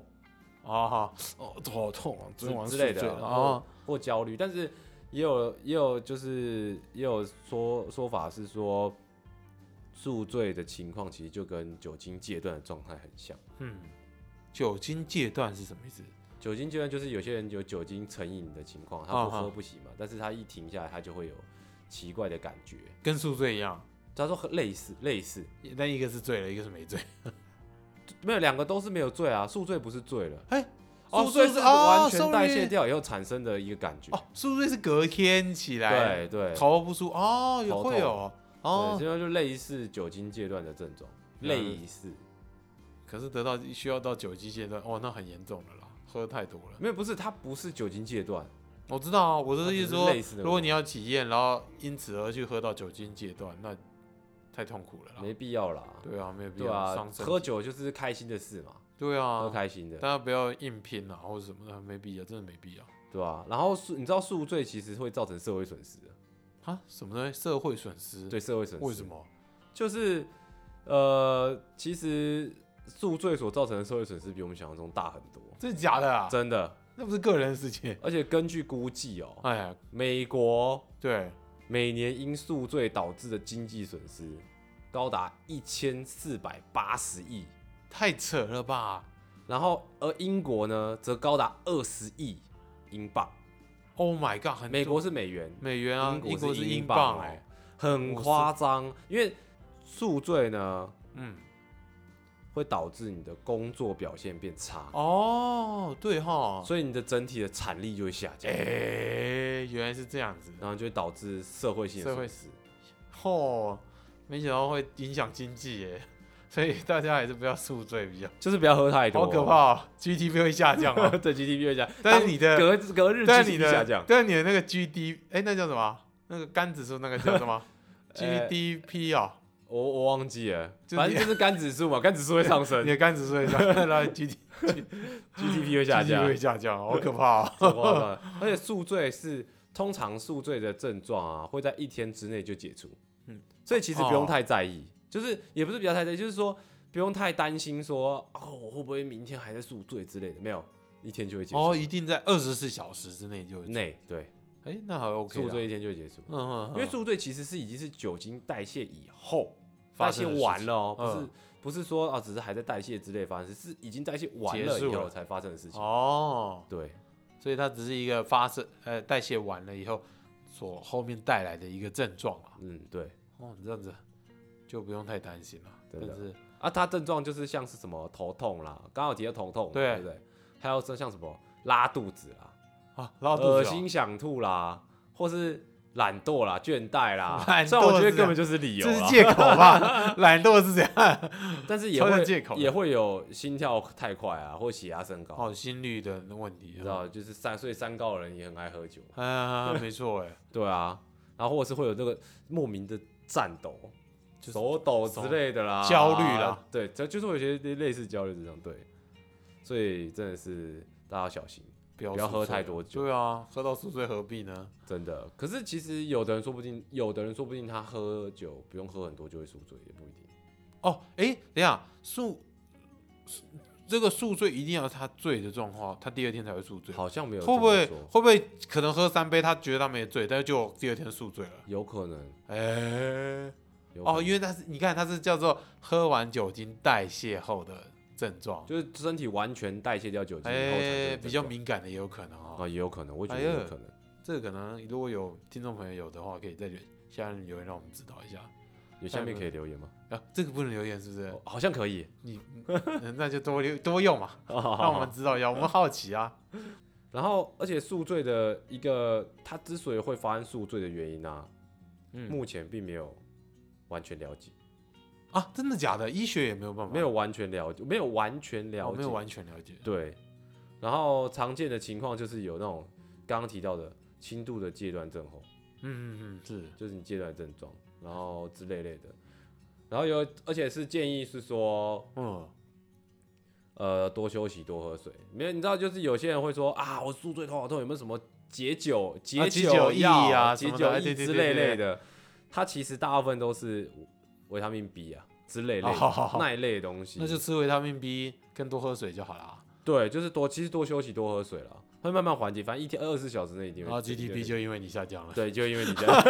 B: 哦好，哦，头好痛啊，昨天晚
A: 之
B: 上
A: 之类
B: 宿醉
A: 的
B: 了
A: 啊，
B: 哦
A: 或，或焦虑，但是。也有也有就是也有说说法是说，宿醉的情况其实就跟酒精戒断的状态很像。
B: 嗯，酒精戒断是什么意思？
A: 酒精戒断就是有些人有酒精成瘾的情况，他不
B: 嗯哼
A: 喝不行嘛，但是他一停下来，他就会有奇怪的感觉。
B: 跟宿醉一样，
A: 他说很类似类似，
B: 但一个是醉了，一个是没醉。
A: 没有两个都是没有醉啊，宿醉不是醉了，
B: 哎哦
A: 宿醉
B: 宿
A: 是
B: 醉哦
A: 完全代谢
B: sorry
A: 掉以后产生的一个感觉。
B: 哦，宿醉是隔天起来，
A: 对对，
B: 头不舒服，哦，有
A: 头
B: 会
A: 痛
B: 有，
A: 对，
B: 哦，嗯
A: 这就类似酒精戒断的症状，
B: 原来如
A: 类似
B: 可是得到需要到酒精戒断，哦，那很严重了啦，喝太多了。
A: 没有不是，它不是酒精戒断，
B: 我知道啊，我
A: 它
B: 的意
A: 只
B: 思
A: 是
B: 说
A: 类似的
B: 如果
A: 问
B: 你要体验，然后因此而去喝到酒精戒断，那太痛苦了啦。
A: 没必要啦，
B: 啊对啊，没有必
A: 对
B: 要、
A: 啊
B: 伤，身体
A: 喝酒就是开心的事嘛，
B: 对
A: 喝
B: 啊，
A: 开心的
B: 大，家不要硬拼啊，或者什么的，没必要，真的没必要
A: 对吧、然后宿你知道宿醉其实会造成社会损失的，
B: 啊。什么东西？社会损失？，
A: 对社会损失
B: 为什？么？
A: 就是呃，其实宿醉所造成的社会损失比我们想象中大很多，
B: 真的假的啊？
A: 真的。
B: 那不是个人事情。
A: 而且根据估计哦，
B: 哎呀，
A: 美国
B: 对，
A: 每年因宿醉导致的经济损失高达一千四百八十亿，
B: 太扯了吧？
A: 然后而英国呢则高达二十亿英镑。
B: Oh my god，很
A: 美
B: 多
A: 国是美元，
B: 美元啊，英
A: 英国
B: 是
A: 是
B: 英
A: 英
B: 镑
A: 镑
B: 哎、
A: 哦很夸张。因为宿醉呢
B: 嗯，
A: 会导致你的工作表现变差，
B: 哦，对哈，
A: 所以你的整体的产力就会下降
B: 哎、，原来是这样子。
A: 然后就会导致社会性的
B: 社会
A: 损失。
B: 哦，没想到会影响经济耶。 <laughs> 所以大家还是不要宿醉比较
A: 就是不要喝太多，。
B: 好可怕、哦、，GDP 会下降哦
A: <laughs> 对 GDP 会下，
B: 但是
A: 当
B: 你的
A: 隔隔日
B: 但你
A: GDP
B: 的
A: 下降，
B: 但你的那个 GD，哎、那叫什么啊？那个肝指数那个
A: <laughs>
B: 叫什么呃？GDP 啊、
A: 我我忘记了，
B: 就是
A: 反正就是肝指数嘛，肝指数会上升
B: <laughs> 你的肝指
A: <laughs>
B: 数会下降，然后 GD
A: ，GDP 会下
B: GDP
A: 降
B: 会，下降，好可怕、哦。
A: 好夸张而且宿醉是通常宿醉的症状啊，会在一天之内就解除，嗯
B: 嗯，
A: 所以其实不用
B: 哦
A: 太在意，就是也不是比较太在意，就是说不用太担心说哦我会不会明天还在宿醉之类的，没有，一天 <laughs> 就会结束，
B: 哦，一定在二十四小时之内就，哎、
A: 内对，
B: 那还 OK
A: 宿
B: 啦。
A: 醉一天就会结束。
B: 嗯嗯，
A: 因为
B: 嗯
A: 宿醉其实是已经是酒精代谢以后代
B: 发
A: 谢
B: 生的事
A: 完了哦，不
B: 情
A: 是、
B: 嗯
A: 不是说啊，只是还在代谢之类发生，是已经代谢完
B: 结
A: 了
B: 束
A: 以后
B: 了
A: 才发生的事情。
B: 哦，
A: 对，
B: 所以它只是一个发生呃代谢完了以后所后面带来的一个症状啊。
A: 嗯，对
B: 哦，你这样子就不用太担心了。
A: 真
B: 但
A: 的
B: 是
A: 啊，它症状就是像是什么头痛啦，刚好提到头痛嘛，
B: 对
A: 对不对？还有像什么拉肚子啦，
B: 啊，拉肚
A: 恶
B: 子、哦，
A: 心想吐啦，或是懒惰啦、倦怠啦，
B: <laughs> 懒
A: 虽然我觉
B: 惰
A: 得
B: 是
A: 根本就是理由
B: <laughs> 这是
A: 啦，
B: 借口吧？ <laughs> 懒惰是这样。
A: 但是也
B: 超像
A: 会
B: 借口的
A: 也会有心跳太快啊，或血压升高，
B: 哦，心率的问题
A: 你
B: 啊，
A: 知道，就是三所以三高的人也很爱喝酒。
B: 啊，没错哎，
A: 对啊，然后或者是会有那个莫名的颤抖、
B: 就是
A: 手抖之类的啦，
B: 焦虑啦，
A: 对，这就是我觉得类似焦虑这种，对，所以真的是大家要小心，
B: 不要
A: 不要
B: 宿
A: 喝
B: 醉
A: 太
B: 了
A: 多酒
B: 对啊，喝到宿醉何必呢？
A: 真的。可是其实有的人说不定，有的人说不定他喝酒不用喝很多就会宿醉，也不一定。
B: 哦，哎，等一下宿宿这个宿醉一定要他醉的状况，他第二天才会宿醉。
A: 好像没有
B: 会不会
A: 这么说
B: 会不会可能喝三杯，他觉得他没醉，但是就第二天宿醉了？
A: 有可能
B: 哎、
A: 有可能
B: 哦，因为他是你看他是叫做喝完酒精代谢后的症状，
A: 就是身体完全代谢掉酒精
B: 哎、
A: 以后产生的症状，
B: 比较敏感的也有可能哦。
A: 啊，也有可能，我也觉
B: 哎
A: 得
B: 呀
A: 有可能，
B: 这个可能如果有听众朋友有的话，可以在留下面留言让我们知道一下。
A: 有下面可以留言吗？
B: 啊，这个不能留言是不是？
A: 哦好像可以，
B: 你 <laughs> 那就多留多用嘛，
A: 哦
B: 让我们知道一下，我们好奇啊。
A: 然后，而且宿醉的一个，它之所以会发生宿醉的原因呢、啊，
B: 嗯
A: 目前并没有完全了解，
B: 啊，真的假的？医学也没有办法，
A: 没有完全了解，没有完全了
B: 我
A: 解，
B: 哦没有完全了解。
A: 对。然后常见的情况就是有那种刚刚提到的轻度的戒断症候，
B: 嗯嗯嗯，是
A: 就是你戒断症状，然后之类类的。然后有，而且是建议是说，
B: 嗯
A: 呃，多休息，多喝水。没有，你知道，就是有些人会说啊，我宿醉头好痛，有没有什么解酒、解
B: 解酒
A: 药
B: 液啊
A: 解
B: 什么
A: 酒
B: 的哎
A: 液
B: 对对
A: 之
B: 对
A: 类
B: 对
A: 类的？它其实大部分都是维他命 B 啊之类类的
B: 哦好好好
A: 那一类的东西。
B: 那就吃维他命 B，跟多喝水就好啊啦。
A: 对，就是多，其实多休息，多喝水了，会慢慢缓解。反正一天二十四小时内一定
B: 然
A: 会。
B: 后
A: 一定会
B: GDP 就因为你下降
A: <laughs>
B: 了，
A: 对，就因为你这
B: <laughs>
A: 样，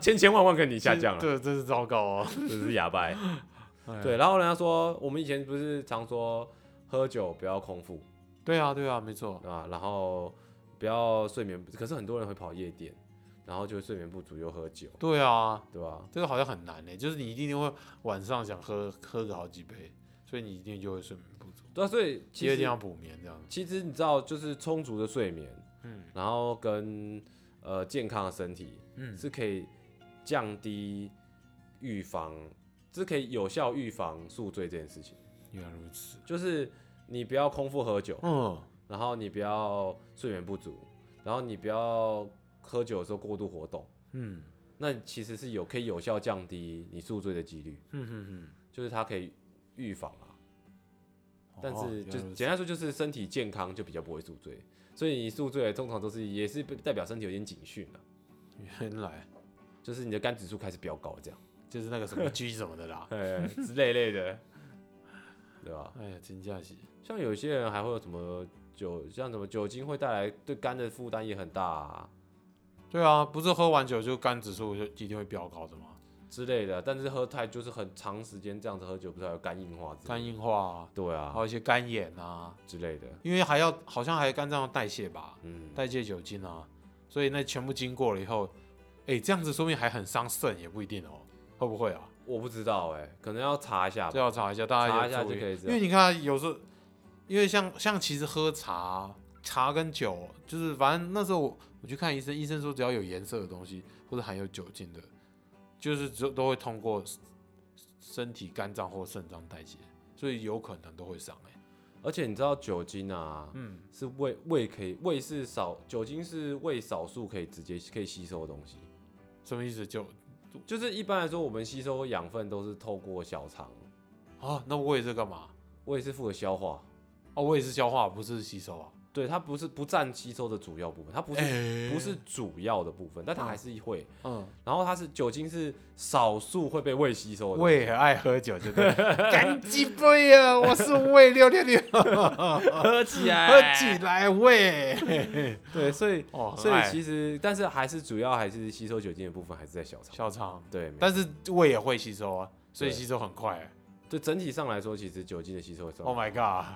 A: 千千万万跟你下降了，
B: 这这是糟糕哦。
A: 真是哑巴欸。
B: 哎
A: 对，然后人家说，我们以前不是常说喝酒不要空腹。
B: 对啊，对啊，没错。
A: 啊，然后不要睡眠，可是很多人会跑夜店，然后就睡眠不足又喝酒，
B: 对啊，
A: 对吧？
B: 这个好像很难呢，就是你一定会晚上想喝喝个好几杯，所以你一定就会睡眠不足，
A: 对啊，所以
B: 第二
A: 其
B: 天要
A: 实
B: 补眠这样。
A: 其实你知道，就是充足的睡眠，
B: 嗯
A: 然后跟呃健康的身体
B: 嗯，
A: 是可以降低预防，是可以有效预防宿醉这件事情。
B: 原来如此。
A: 就是你不要空腹喝酒，
B: 嗯，
A: 然后你不要睡眠不足，然后你不要喝酒的时候过度活动。
B: 嗯
A: 那其实是有可以有效降低你宿醉的几率，
B: 嗯嗯
A: 就是它可以预防啊。
B: 嗯，
A: 但
B: 哦
A: 是
B: 原来
A: 就
B: 如此
A: 简单说，就是身体健康就比较不会宿醉，所以你宿醉通常都是也是代表身体有点警讯了、
B: 原来
A: 就是你的肝指数开始飙高这样，
B: 就是那个什么 G 什么
A: <laughs>
B: 的啦。
A: 哎，之类类的， <laughs> 对吧？
B: 哎呀，真假期
A: 像有些人还会有什么酒，像什么酒精会带来对肝的负担也很大、啊、
B: 对啊，不是喝完酒就肝指数就一定会飙高的吗？
A: 之类的，但是喝太就是很长时间这样子喝酒，不是还有肝硬化之类的？
B: 肝硬化
A: 对
B: 啊，
A: 啊
B: 还有一些肝炎啊，
A: 之类的，
B: 因为还要好像还肝脏要代谢吧，
A: 嗯，
B: 代谢酒精啊，所以那全部经过了以后，哎、这样子说明还很伤肾，也不一定哦，会不会啊？
A: 我不知道哎、可能要查一下吧
B: 这。要查一下，大家
A: 查
B: 要
A: 一下
B: 注
A: 就
B: 意
A: 可以知道
B: 因为你看啊有时候，因为像像其实喝茶、茶跟酒，就是反正那时候我我去看医生，医生说只要有颜色的东西或者含有酒精的，就是只有都会通过身体肝脏或肾脏代谢，所以有可能都会上哎、
A: 而且你知道酒精啊，
B: 嗯，
A: 是胃胃可以胃是少酒精是胃少数可以直接可以吸收的东西，
B: 什么意思？就
A: 就是一般来说我们吸收养分都是透过小肠，
B: 啊，那胃是干嘛？
A: 胃是负责消化，
B: 哦，胃是消化，不是吸收啊。
A: 对它不是不占吸收的主要部分，它不是、
B: <laughs> 哎
A: 不是主要的部分，但它还是会，
B: 嗯，
A: 然后它是酒精是少数会被胃吸收的，
B: 胃很爱喝酒，对不对？干几杯啊！我是胃六六六，
A: <laughs> 喝起来
B: 喝起来胃。
A: <laughs> 对，所以
B: 哦，
A: 所以其实但是还是主要还是吸收酒精的部分还是在小肠，
B: 小肠，
A: 对，没
B: 但是胃也会吸收啊，所以
A: 对
B: 吸收很快、欸。
A: 就整体上来说，其实酒精的吸收会少
B: Oh my god，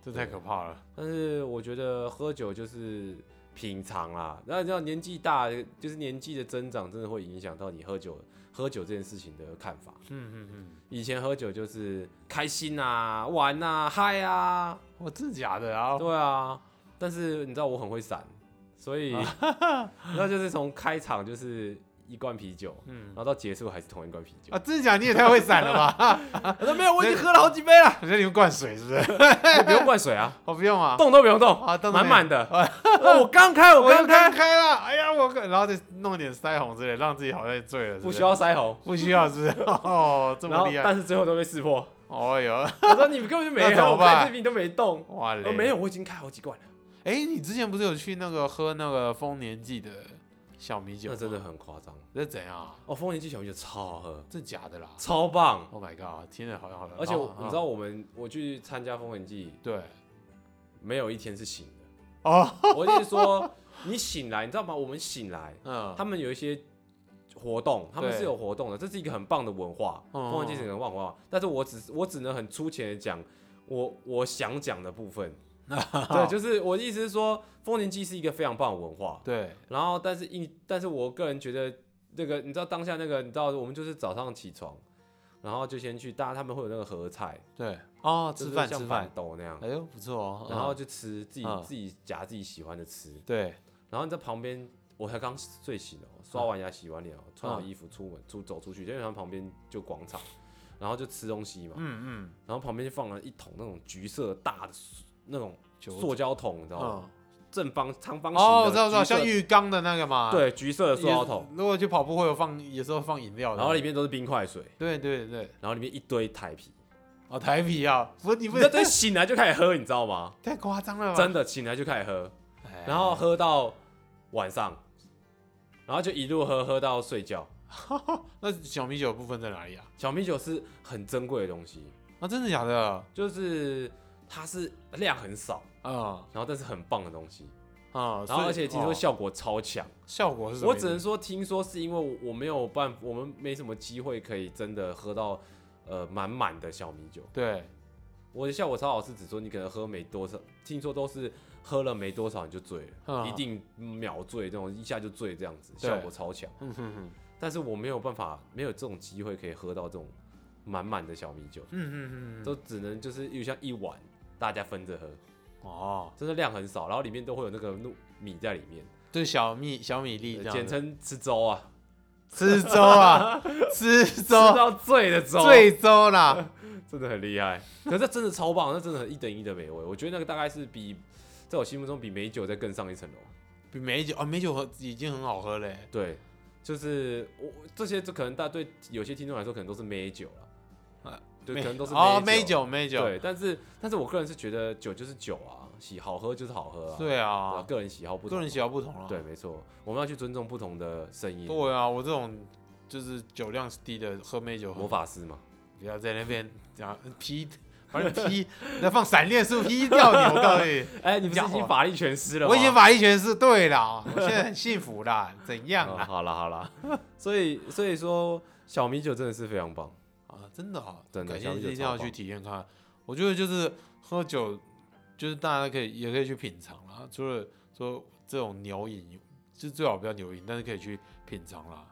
B: 这太
A: 对
B: 可怕了。
A: 但是我觉得喝酒就是品尝啦，那你知道年纪大，就是年纪的增长，真的会影响到你喝酒喝酒这件事情的看法。
B: 嗯嗯嗯，
A: 以前喝酒就是开心啊、玩啊、嗨啊，
B: 我真的假的啊？
A: 对啊。但是你知道我很会散，所
B: <laughs>
A: 以那就是从开场就是一罐啤酒，
B: 嗯
A: 然后到结束还是同一罐啤酒
B: 啊，。真的假的？你也太会闪了吧！ <laughs>
A: 我说没有，我已经喝了好几杯了，
B: 我觉得你们灌水是
A: <laughs>
B: 不是？
A: 我不用灌水啊，
B: 我不用啊，
A: 动都不用动，
B: 啊动都
A: 满
B: 没
A: 满的。哦我刚开，我
B: 我
A: 刚
B: 刚
A: 开
B: 刚，开了，哎呀，我可然后再弄点腮红之类，让自己好像醉了，是
A: 不
B: 不是
A: 需要腮红。
B: 不需要是不是？哦，这
A: 然
B: 么
A: 后
B: 厉害，
A: 但是最后都被识破。
B: 哦哟，
A: 我说你们根本就 <laughs> 没
B: 那怎
A: 有，
B: 么
A: 我看
B: 办
A: 视频都没动。
B: 哇
A: 我
B: 嘞，
A: 没有，，我已经开好几罐了。
B: 哎，你之前不是有去那个喝那个丰年祭的小米酒？
A: 那真的，很夸张。
B: 这怎样啊？
A: 哦，丰年鸡小米酒超好喝，
B: 这假的啦
A: 超棒。
B: ！Oh my god，听着好像好像，
A: 而且我
B: 然后
A: 你知道，我们我去参加丰年祭，
B: 对，
A: 没有一天是醒的。
B: 哦，
A: 我就是说，你醒来，你知道吗？我们醒来，
B: 嗯，
A: 他们有一些活动，他们
B: 对
A: 是有活动的，这是一个很棒的文化。
B: 嗯
A: 丰年祭是一个很棒的文化，但是我只我只能很粗浅的讲。我我想讲的部
B: <laughs>
A: 分，对，就是我的意思是说，丰年祭是一个非常棒的文化，
B: 对，
A: 然后但是一，但是我个人觉得那个，你知道当下那个，你知道我们就是早上起床，然后就先去搭，他们会有那个合菜，
B: 对，哦，
A: 就
B: 吃
A: 是
B: 饭
A: 像
B: 吃
A: 板
B: 饭，
A: 豆那样，
B: 哎呦，不错哦。
A: 然后
B: 嗯
A: 就吃自己、
B: 嗯
A: 自己夹自己喜欢的吃，
B: 对，
A: 然后你在旁边，我才刚睡醒哦，刷完牙洗完脸哦，
B: 嗯
A: 穿好衣服出门出走出去，因为他们旁边就广场，然后就吃东西嘛，
B: 嗯
A: 然后旁边就放了一桶那种橘色大的塑那种
B: 酒
A: 塑胶桶，你知
B: 嗯，
A: 道吗？
B: 哦，
A: 正方长方形的，
B: 我知道，我知道，
A: 橘色
B: 像浴缸的那个嘛，
A: 对橘色的塑料
B: 也
A: 桶，。
B: 如果去跑步会有放，有时候放饮料的，
A: 然后里面都是冰块水，
B: 对对对，
A: 然后里面一堆台啤，
B: 哦，台啤啊，不是你
A: 你
B: 不
A: 那
B: 是
A: 堆醒来就开始喝，你知道
B: <laughs>
A: 吗？
B: 太夸张了吧？
A: 真的醒来就开始喝，
B: 嗯哎，
A: 然后喝到晚上，然后就一路喝喝到睡觉。
B: 那小米酒的部分在哪里啊？
A: 小米酒是很珍贵的东西，
B: 啊，真的假的？
A: 就是它是量很少，
B: 嗯
A: 然后但是很棒的东西，
B: 嗯，
A: 然
B: 所
A: 后
B: 以
A: 而且听说
B: 哦
A: 效果超强。
B: 效果是什么
A: 我
B: 意
A: 只
B: 思？
A: 能说，听说是因为我没有办法，我们没什么机会可以真的喝到呃满满的小米酒。
B: 对，
A: 我的效果超好是指说你可能喝没多少，听说都是喝了没多少你就醉了，
B: 嗯
A: 一定秒醉这种，一下就醉这样子，
B: 对
A: 效果超强。
B: 嗯哼哼，
A: 但是我没有办法，没有这种机会可以喝到这种满满的小米酒，
B: 嗯哼
A: 都只能就是有像一碗大家分着喝，
B: 哼，哦，
A: 真的量很少，然后里面都会有那个糯米在里面，
B: 就是小米小米粒
A: 呃
B: 这样子，
A: 简称吃粥啊，
B: <laughs> 吃粥 <laughs> 啊，吃
A: 吃
B: 粥，
A: 到醉的粥，
B: 醉粥啦，
A: 真的很厉害。可是这真的超棒，那真的很一等一的美味，我觉得那个大概是比在我心目中比美酒再更上一层楼。
B: 比美酒啊，美酒喝已经很好喝嘞。
A: 对，就是我这些，就可能大对有些听众来说，可能都是美酒了，
B: 啊
A: 对，可能都是
B: 哦，
A: 美
B: 美酒，美酒，
A: 对，但是但是我个人是觉得酒就是酒啊，喜好喝就是好喝啊，
B: 对
A: 啊
B: 啊，
A: 个人喜好不同，
B: 个人喜好不同啊。
A: 对，没错，我们要去尊重不同的声音，
B: 对啊，我这种就是酒量低的，喝美酒喝
A: 魔法师嘛，
B: 不要在那边讲 P，反正 P，那 <laughs> 放闪电术 P 掉你，我告诉你，
A: 哎、你不是已
B: 讲
A: 经
B: 话
A: 法力全失了吗？
B: 我以前法医学是
A: <laughs>
B: 对啦，我现在很幸福啦，怎样啊
A: 哦
B: 啦？
A: 好了好了， <laughs> 所以所以说小米酒真的是非常棒，
B: 啊，真的啊，
A: 哦真的
B: 改
A: 小
B: 天
A: 米
B: 一
A: 酒
B: 定
A: 超
B: 要
A: 棒
B: 去体验看。我觉得就是喝酒，就是大家可以也可以去品尝啦，除了说这种牛饮，就最好不要牛饮，但是可以去品尝啦。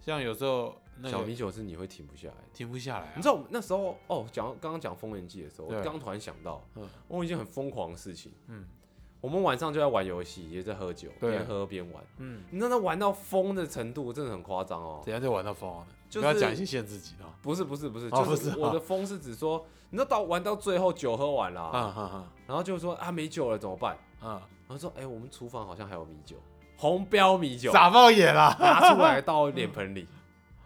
B: 像有时候那
A: 小
B: 个
A: 米酒是你会停不下来的。
B: 停不下来、啊，
A: 你知道我们那时候哦，讲刚刚讲《丰年祭》的时候，我
B: 对
A: 刚突然想到
B: 嗯，
A: 我有一件很疯狂的事情，
B: 嗯，
A: 我们晚上就在玩游戏，也在喝酒，
B: 对
A: 边喝边玩。
B: 嗯，
A: 你知道玩到疯的程度，真的很夸张哦。
B: 怎样就玩到疯了呢？
A: 就是
B: 不要讲一些限制级的啊
A: 不是不是不是，
B: 哦
A: 就
B: 不是
A: 是
B: 啊
A: 我的疯是指说，你知道到玩到最后酒喝完了，
B: 啊哈哈
A: 然后就说啊没酒了怎么办？
B: 啊，
A: 然后说哎、我们厨房好像还有米酒，红标米酒，
B: 傻爆眼啊啦！
A: 拿出来倒脸盆里。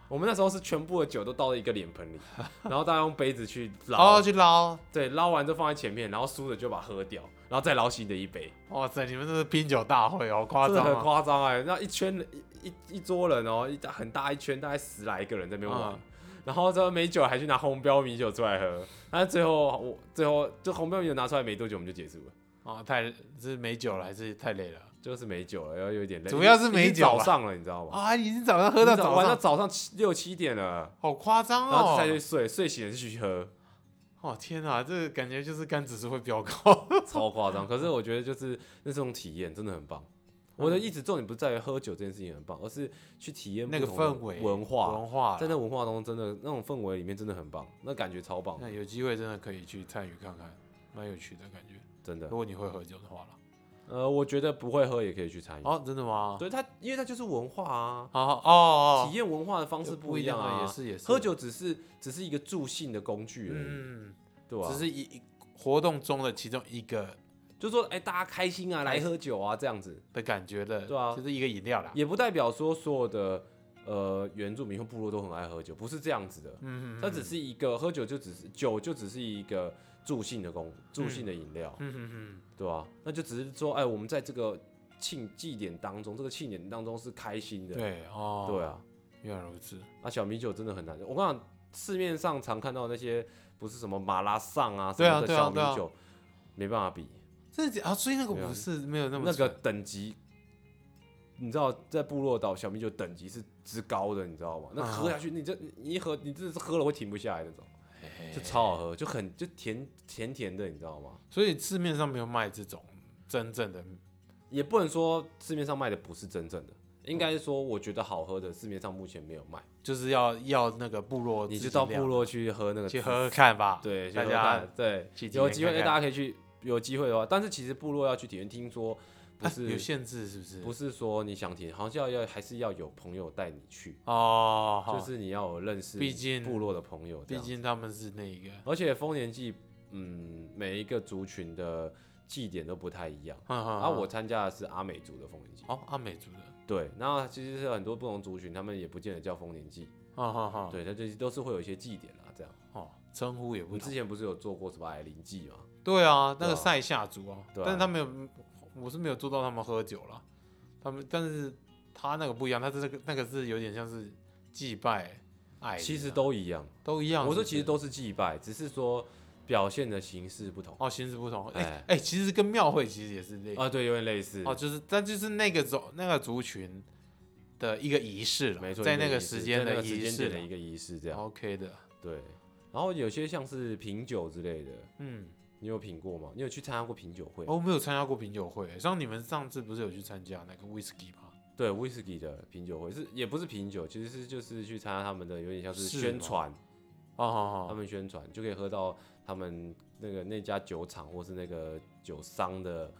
A: 我们那时候是全部的酒都倒到一个脸盆里，然后大家用杯子去捞
B: 哦，，去捞，
A: 对，捞完就放在前面，然后输的就把它喝掉，然后再捞新的一杯，
B: 哇塞，你们这是拼酒大会哦，好夸
A: 真的
B: 张
A: 很
B: 啊！
A: 夸张哎！那一圈人一一一桌人哦，一大很大一圈，大概十来个人在那边玩，
B: 嗯
A: 然后这美酒还去拿红标米酒出来喝，但是最后我最后就红标米酒拿出来没多久我们就结束了，
B: 啊，太是没酒了还是太累了
A: 就是没酒了，然后有一点累，
B: 主要是没
A: 已经
B: 酒啊
A: 早上了，你知道吗？
B: 啊？已经早上喝到
A: 已经
B: 早
A: 玩到
B: 上，
A: 早上七六七点了，
B: 好夸张
A: 然后再去
B: 哦！
A: 睡，睡醒了就去喝。
B: 哦天啊，这个感觉就是肝指数会飙高。
A: 超夸张。可是我觉得就是那种体验真的很棒。我的一直重点不是在于喝酒这件事情很棒，而是去体验
B: 嗯那个
A: 不同的
B: 氛围
A: 文化，
B: <laughs> 文化啦啊
A: 在那文化中真的那种氛围里面真的很棒，那感觉超棒，
B: 那有机会真的可以去参与看看，蛮有趣的感觉。
A: 真的
B: 如。果你会喝酒的话啦。
A: 呃，我觉得不会喝也可以去参与。
B: 哦，真的吗？
A: 对它，因为它就是文化啊，
B: 好好哦
A: 体
B: 哦，
A: 验文化的方式
B: 有
A: 不
B: 一
A: 一样
B: 的
A: 啊。
B: 也是也是。
A: 喝酒只是只是一个助兴的工具而已，
B: 嗯，
A: 对吧
B: 只？是一一活动中的其中一个
A: 就说哎，大家开心啊，来喝酒啊，这样子。
B: 的感觉的，
A: 对啊
B: 就是一个饮料啦。
A: 也不代表说所有的呃原住民或部落都很爱喝酒，不是这样子的。
B: 嗯
A: 它只是一个喝酒就只是酒就只是一个助兴的工助兴的饮料，
B: 嗯嗯嗯，
A: 对吧、那就只是说，哎，我们在这个庆祭典当中，这个庆典当中是开心的，
B: 对哦，
A: 对，啊。
B: 原来如此。
A: 啊，小米酒真的很难，我跟你讲，市面上常看到那些不是什么马拉上啊什
B: 对啊
A: 么的
B: 对啊
A: 小米
B: 对啊
A: 酒，没办法比，
B: 这啊，所以那个
A: 对啊
B: 不是没有那么
A: 那个
B: 纯
A: 等级。你知道，在部落岛小米酒等级是之高的，你知道吗？那
B: 啊哎
A: 喝下去，你这你一喝，你真的是喝了会停不下来那种，就超好喝，就很就甜甜甜的，你知道吗？
B: 所以市面上没有卖这种真正的
A: 也不能说市面上卖的不是真正的，应该是说我觉得好喝的市面上目前没有卖，
B: 就是要要那个部落自
A: 你
B: 己
A: 就
B: 酿，
A: 到部落去喝那个
B: 去喝喝看吧。
A: 对，去
B: 大
A: 喝
B: 家
A: 看对
B: 去体验
A: 有机会
B: 看看哎
A: 大家可以去，有机会的话，但是其实部落要去体验，听说不
B: 啊，有
A: 是
B: 限制是不是？
A: 不是说你想体验，好像要要还是要有朋友带你去，
B: 哦，好
A: 就是你要有认识
B: 毕竟
A: 部落的朋友这
B: 毕
A: 样，
B: 竟他们是那一个，
A: 而且丰年祭，嗯，每一个族群的祭典都不太一样。啊，
B: 啊
A: 我参加的是阿美族的丰年祭。
B: 哦阿美族的，
A: 对，那其实是很多不同族群，他们也不见得叫丰年祭，
B: 哈哈哈，
A: 对，它就是都是会有一些祭典啦，这样。
B: 哦，称呼也
A: 我
B: 不
A: 们之
B: 同。
A: 前不是有做过什么矮灵祭嘛？
B: 对啊，那
A: 对啊
B: 个塞夏族啊，
A: 对啊
B: 但是他没有，我是没有做到他们喝酒了，他们，但是他那个不一样，他这个那个是有点像是祭拜爱人啊，
A: 其实都一样，
B: 都一样。
A: 我
B: 是
A: 说
B: 不是
A: 其实都是祭拜，只是说表现的形式不同。
B: 哦，形式不同。哎、
A: 哎
B: 哎、其实跟庙会其实也是类似
A: 啊，对，有点类似。
B: 哦，就是但就是那个种那个族群的一个仪式了，
A: 没错，
B: 在
A: 有点
B: 那个
A: 类似
B: 时间
A: 在那
B: 的
A: 个时
B: 仪
A: 间
B: 式
A: 点的
B: 啦
A: 一个仪式，这样。
B: ，OK 的，
A: 对，然后有些像是品酒之类的，
B: 嗯，
A: 你有品过吗？你有去参加过品酒会？
B: 哦，我没有参加过品酒会，像你们上次不是有去参加那个 whisky 吗？
A: 对，whisky 的品酒会是也不是品酒，其实是就是去参加他们的，有点像是
B: 是
A: 宣
B: 吗
A: 传。
B: 哦
A: 他
B: 哦
A: 们宣传，就可以喝到他们那个那家酒厂或是那个酒商的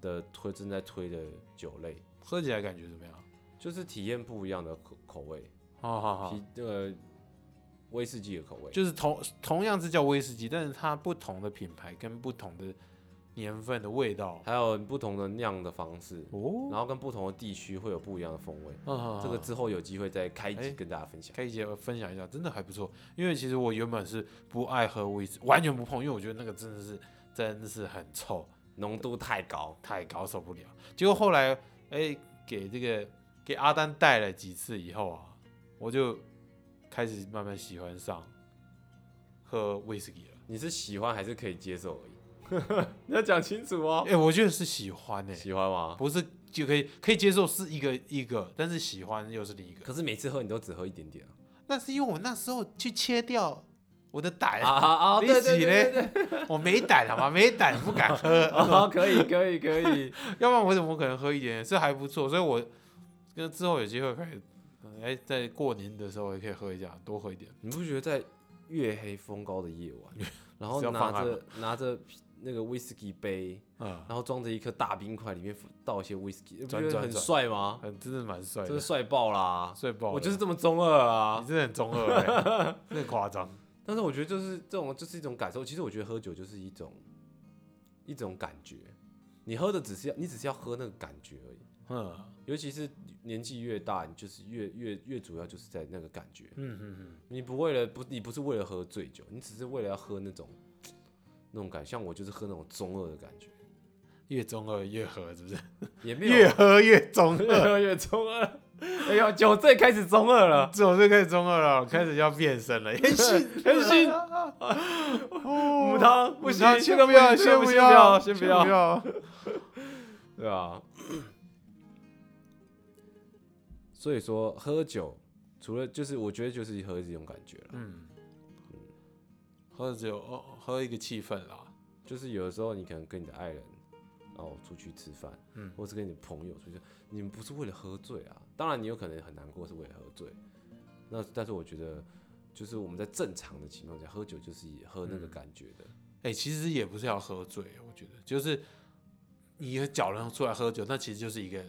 A: 的推正在推的酒类，
B: 哦，喝起来感觉怎么样？
A: 就是体验不一样的口口味，
B: 哦好好好，
A: 啤那个威士忌的口味，
B: 就是同同样是叫威士忌，但是它不同的品牌跟不同的年份的味道
A: 还有不同的酿的方式，
B: 哦，
A: 然后跟不同的地区会有不一样的风味。
B: 嗯
A: 这个之后有机会再开一集
B: 哎
A: 跟大家分享。
B: 可以姐分享一下，真的还不错。因为其实我原本是不爱喝威士，完全不碰，因为我觉得那个真的是真的是很臭，
A: 浓度太高，
B: 太高受不了。结果后来哎、给这个给阿丹带了几次以后啊，我就开始慢慢喜欢上喝威士忌了。
A: 你是喜欢还是可以接受而已？ <laughs> 你要讲清楚哦
B: 哎、。我觉得是喜欢哎、
A: 喜欢吗？
B: 不是就可以可以接受是一个一个，但是喜欢又是另一个。
A: 可是每次喝你都只喝一点点啊
B: 那是因为我那时候去切掉我的胆，
A: 啊啊！啊
B: 你
A: 对对
B: 洗
A: 对
B: 嘞
A: 对对
B: 我没胆好吗？没胆不敢喝，
A: 哦，可以可以可 <laughs> 以，
B: 要不然我怎么可能喝一点？这还不错，所以我跟之后有机会可以，呃哎，在过年的时候也可以喝一下，多喝一点。
A: <laughs> 你不觉得在月黑风高的夜晚，然后
B: 是要
A: 拿
B: 放汗
A: 着拿着那个威士忌杯，
B: 嗯，
A: 然后装着一颗大冰块，里面倒一些威士忌，不
B: 转
A: 觉得
B: 转
A: 很
B: 转
A: 帅吗？
B: 很真的蛮帅
A: 真
B: 的
A: 是，帅爆啦！
B: 帅爆了！
A: 我就是这么中二啊
B: 你！真的很中二、 <laughs> 欸，真的夸张。
A: 但是我觉得就是这种，就是一种感受。其实我觉得喝酒就是一种一种感觉，你喝的只是要你只是要喝那个感觉而已。
B: 嗯
A: 尤其是年纪越大，你就是越越越主要就是在那个感觉。
B: 嗯嗯
A: 你不为了不你不是为了喝醉酒，你只是为了要喝那种那种感觉。像我就是喝那种中二的感觉，
B: 嗯，越中二越合，是不是？
A: 也没有
B: <laughs> 越喝越中
A: 越
B: 二，
A: 喝越中二。哎呦，酒醉开始中二了。
B: 这我就开始中二 <laughs> 了，我开始要变身 <laughs> 了。也许
A: 很行，
B: 哦
A: 母汤不行，这
B: 先
A: 个
B: 不要，
A: 这
B: 先
A: 个不
B: 要，
A: 先
B: 不
A: 不要，
B: 要。
A: 对啊。 <clears throat> 所以说，喝酒除了就是，我觉得就是喝这种感觉了。
B: 嗯，喝酒哦，喝一个气氛啦。
A: 就是有的时候你可能跟你的爱人，然后出去吃饭，
B: 嗯
A: 或是跟你的朋友出去，你们不是为了喝醉啊。当然，你有可能很难过是为了喝醉，那但是我觉得，就是我们在正常的情况下喝酒，就是以喝那个
B: 嗯
A: 感觉的。
B: 哎、其实也不是要喝醉，我觉得就是你找人出来喝酒，那其实就是一个，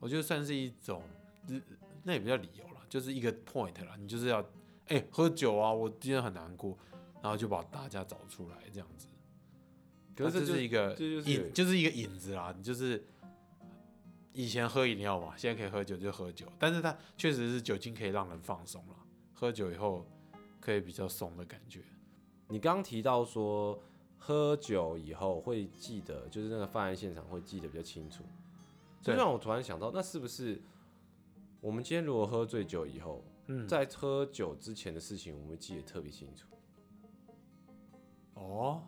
B: 我觉得算是一种，那也不叫理由了，就是一个 point 啦。你就是要，哎、喝酒啊，我今天很难过，然后就把大家找出来这样子。
A: 可是
B: 那这
A: 就是
B: 一个
A: 这就是有
B: 引，就是一个引子啦。你就是以前喝饮料嘛，现在可以喝酒就喝酒，但是它确实是酒精可以让人放松了，喝酒以后可以比较松的感觉。
A: 你刚刚提到说喝酒以后会记得，就是那个犯案现场会记得比较清楚，这
B: 对
A: 让我突然想到，那是不是我们今天如果喝醉酒以后，
B: 嗯，
A: 在喝酒之前的事情，我们会记得特别清楚？
B: 哦，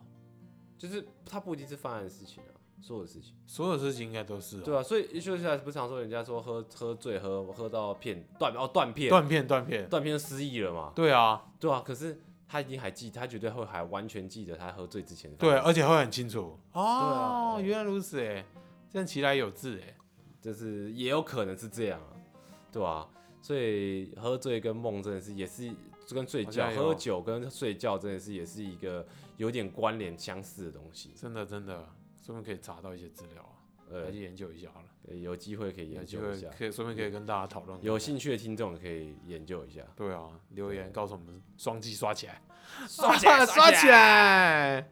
A: 就是它不一定是犯案的事情啊，所有的事情，
B: 所有事情应该都是、哦、
A: 对啊，所以就是不是常说人家说喝喝醉喝喝到片断哦断片
B: 断片断片，
A: 断片就失忆了嘛，
B: 对啊，
A: 对啊，可是他一定还记，他绝对会还完全记得他喝醉之前的犯
B: 对，
A: 案，
B: 而且会很清楚哦，
A: 啊对啊
B: 原来如此哎，这样其来有自哎，
A: 就是也有可能是这样啊，对吧、所以喝醉跟梦真的是也是跟睡觉
B: 好像，有
A: 喝酒跟睡觉真的是也是一个有点关联相似的东西。
B: 真的真的，说不定可以查到一些资料啊，
A: 呃
B: 来，去研究一下好了，
A: 有机会可以
B: 哎有
A: 研
B: 机
A: 究
B: 会
A: 一下，
B: 可以，说不定可以跟大家讨论。
A: 有兴趣的听众可以研究一下。
B: 对啊，留言告诉我们双击刷起来，
A: <laughs> 刷起
B: <laughs>
A: 来刷起
B: 来。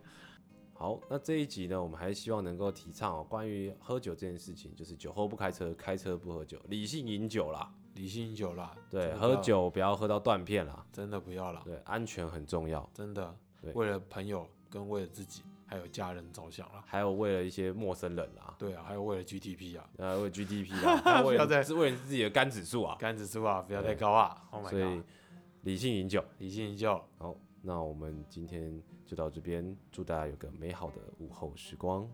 A: 好，那这一集呢，我们还是希望能够提倡哦，关于喝酒这件事情，就是酒后不开车，开车不喝酒，理性饮酒啦。
B: 理性饮酒啦，真
A: 对，
B: 的不
A: 喝
B: 要
A: 酒不要喝到断片啦。
B: 真的不要啦，
A: 对，安全很重要，
B: 真的
A: 对，
B: 为了朋友跟为了自己还有家人着想啦。
A: 还有为了一些陌生人啦。
B: 对啊，还有为了 GDP 啊，
A: 呃，为 GDP
B: <laughs>
A: 啊，还有为
B: 不要
A: 了
B: 再
A: 是为了自己的肝指数啊，
B: 肝指数啊不要
A: 对
B: 太高啊，Oh
A: 所
B: my
A: 以
B: god，
A: 理性饮酒。
B: 理性饮酒，
A: 好，那我们今天就到这边，祝大家有个美好的午后时光，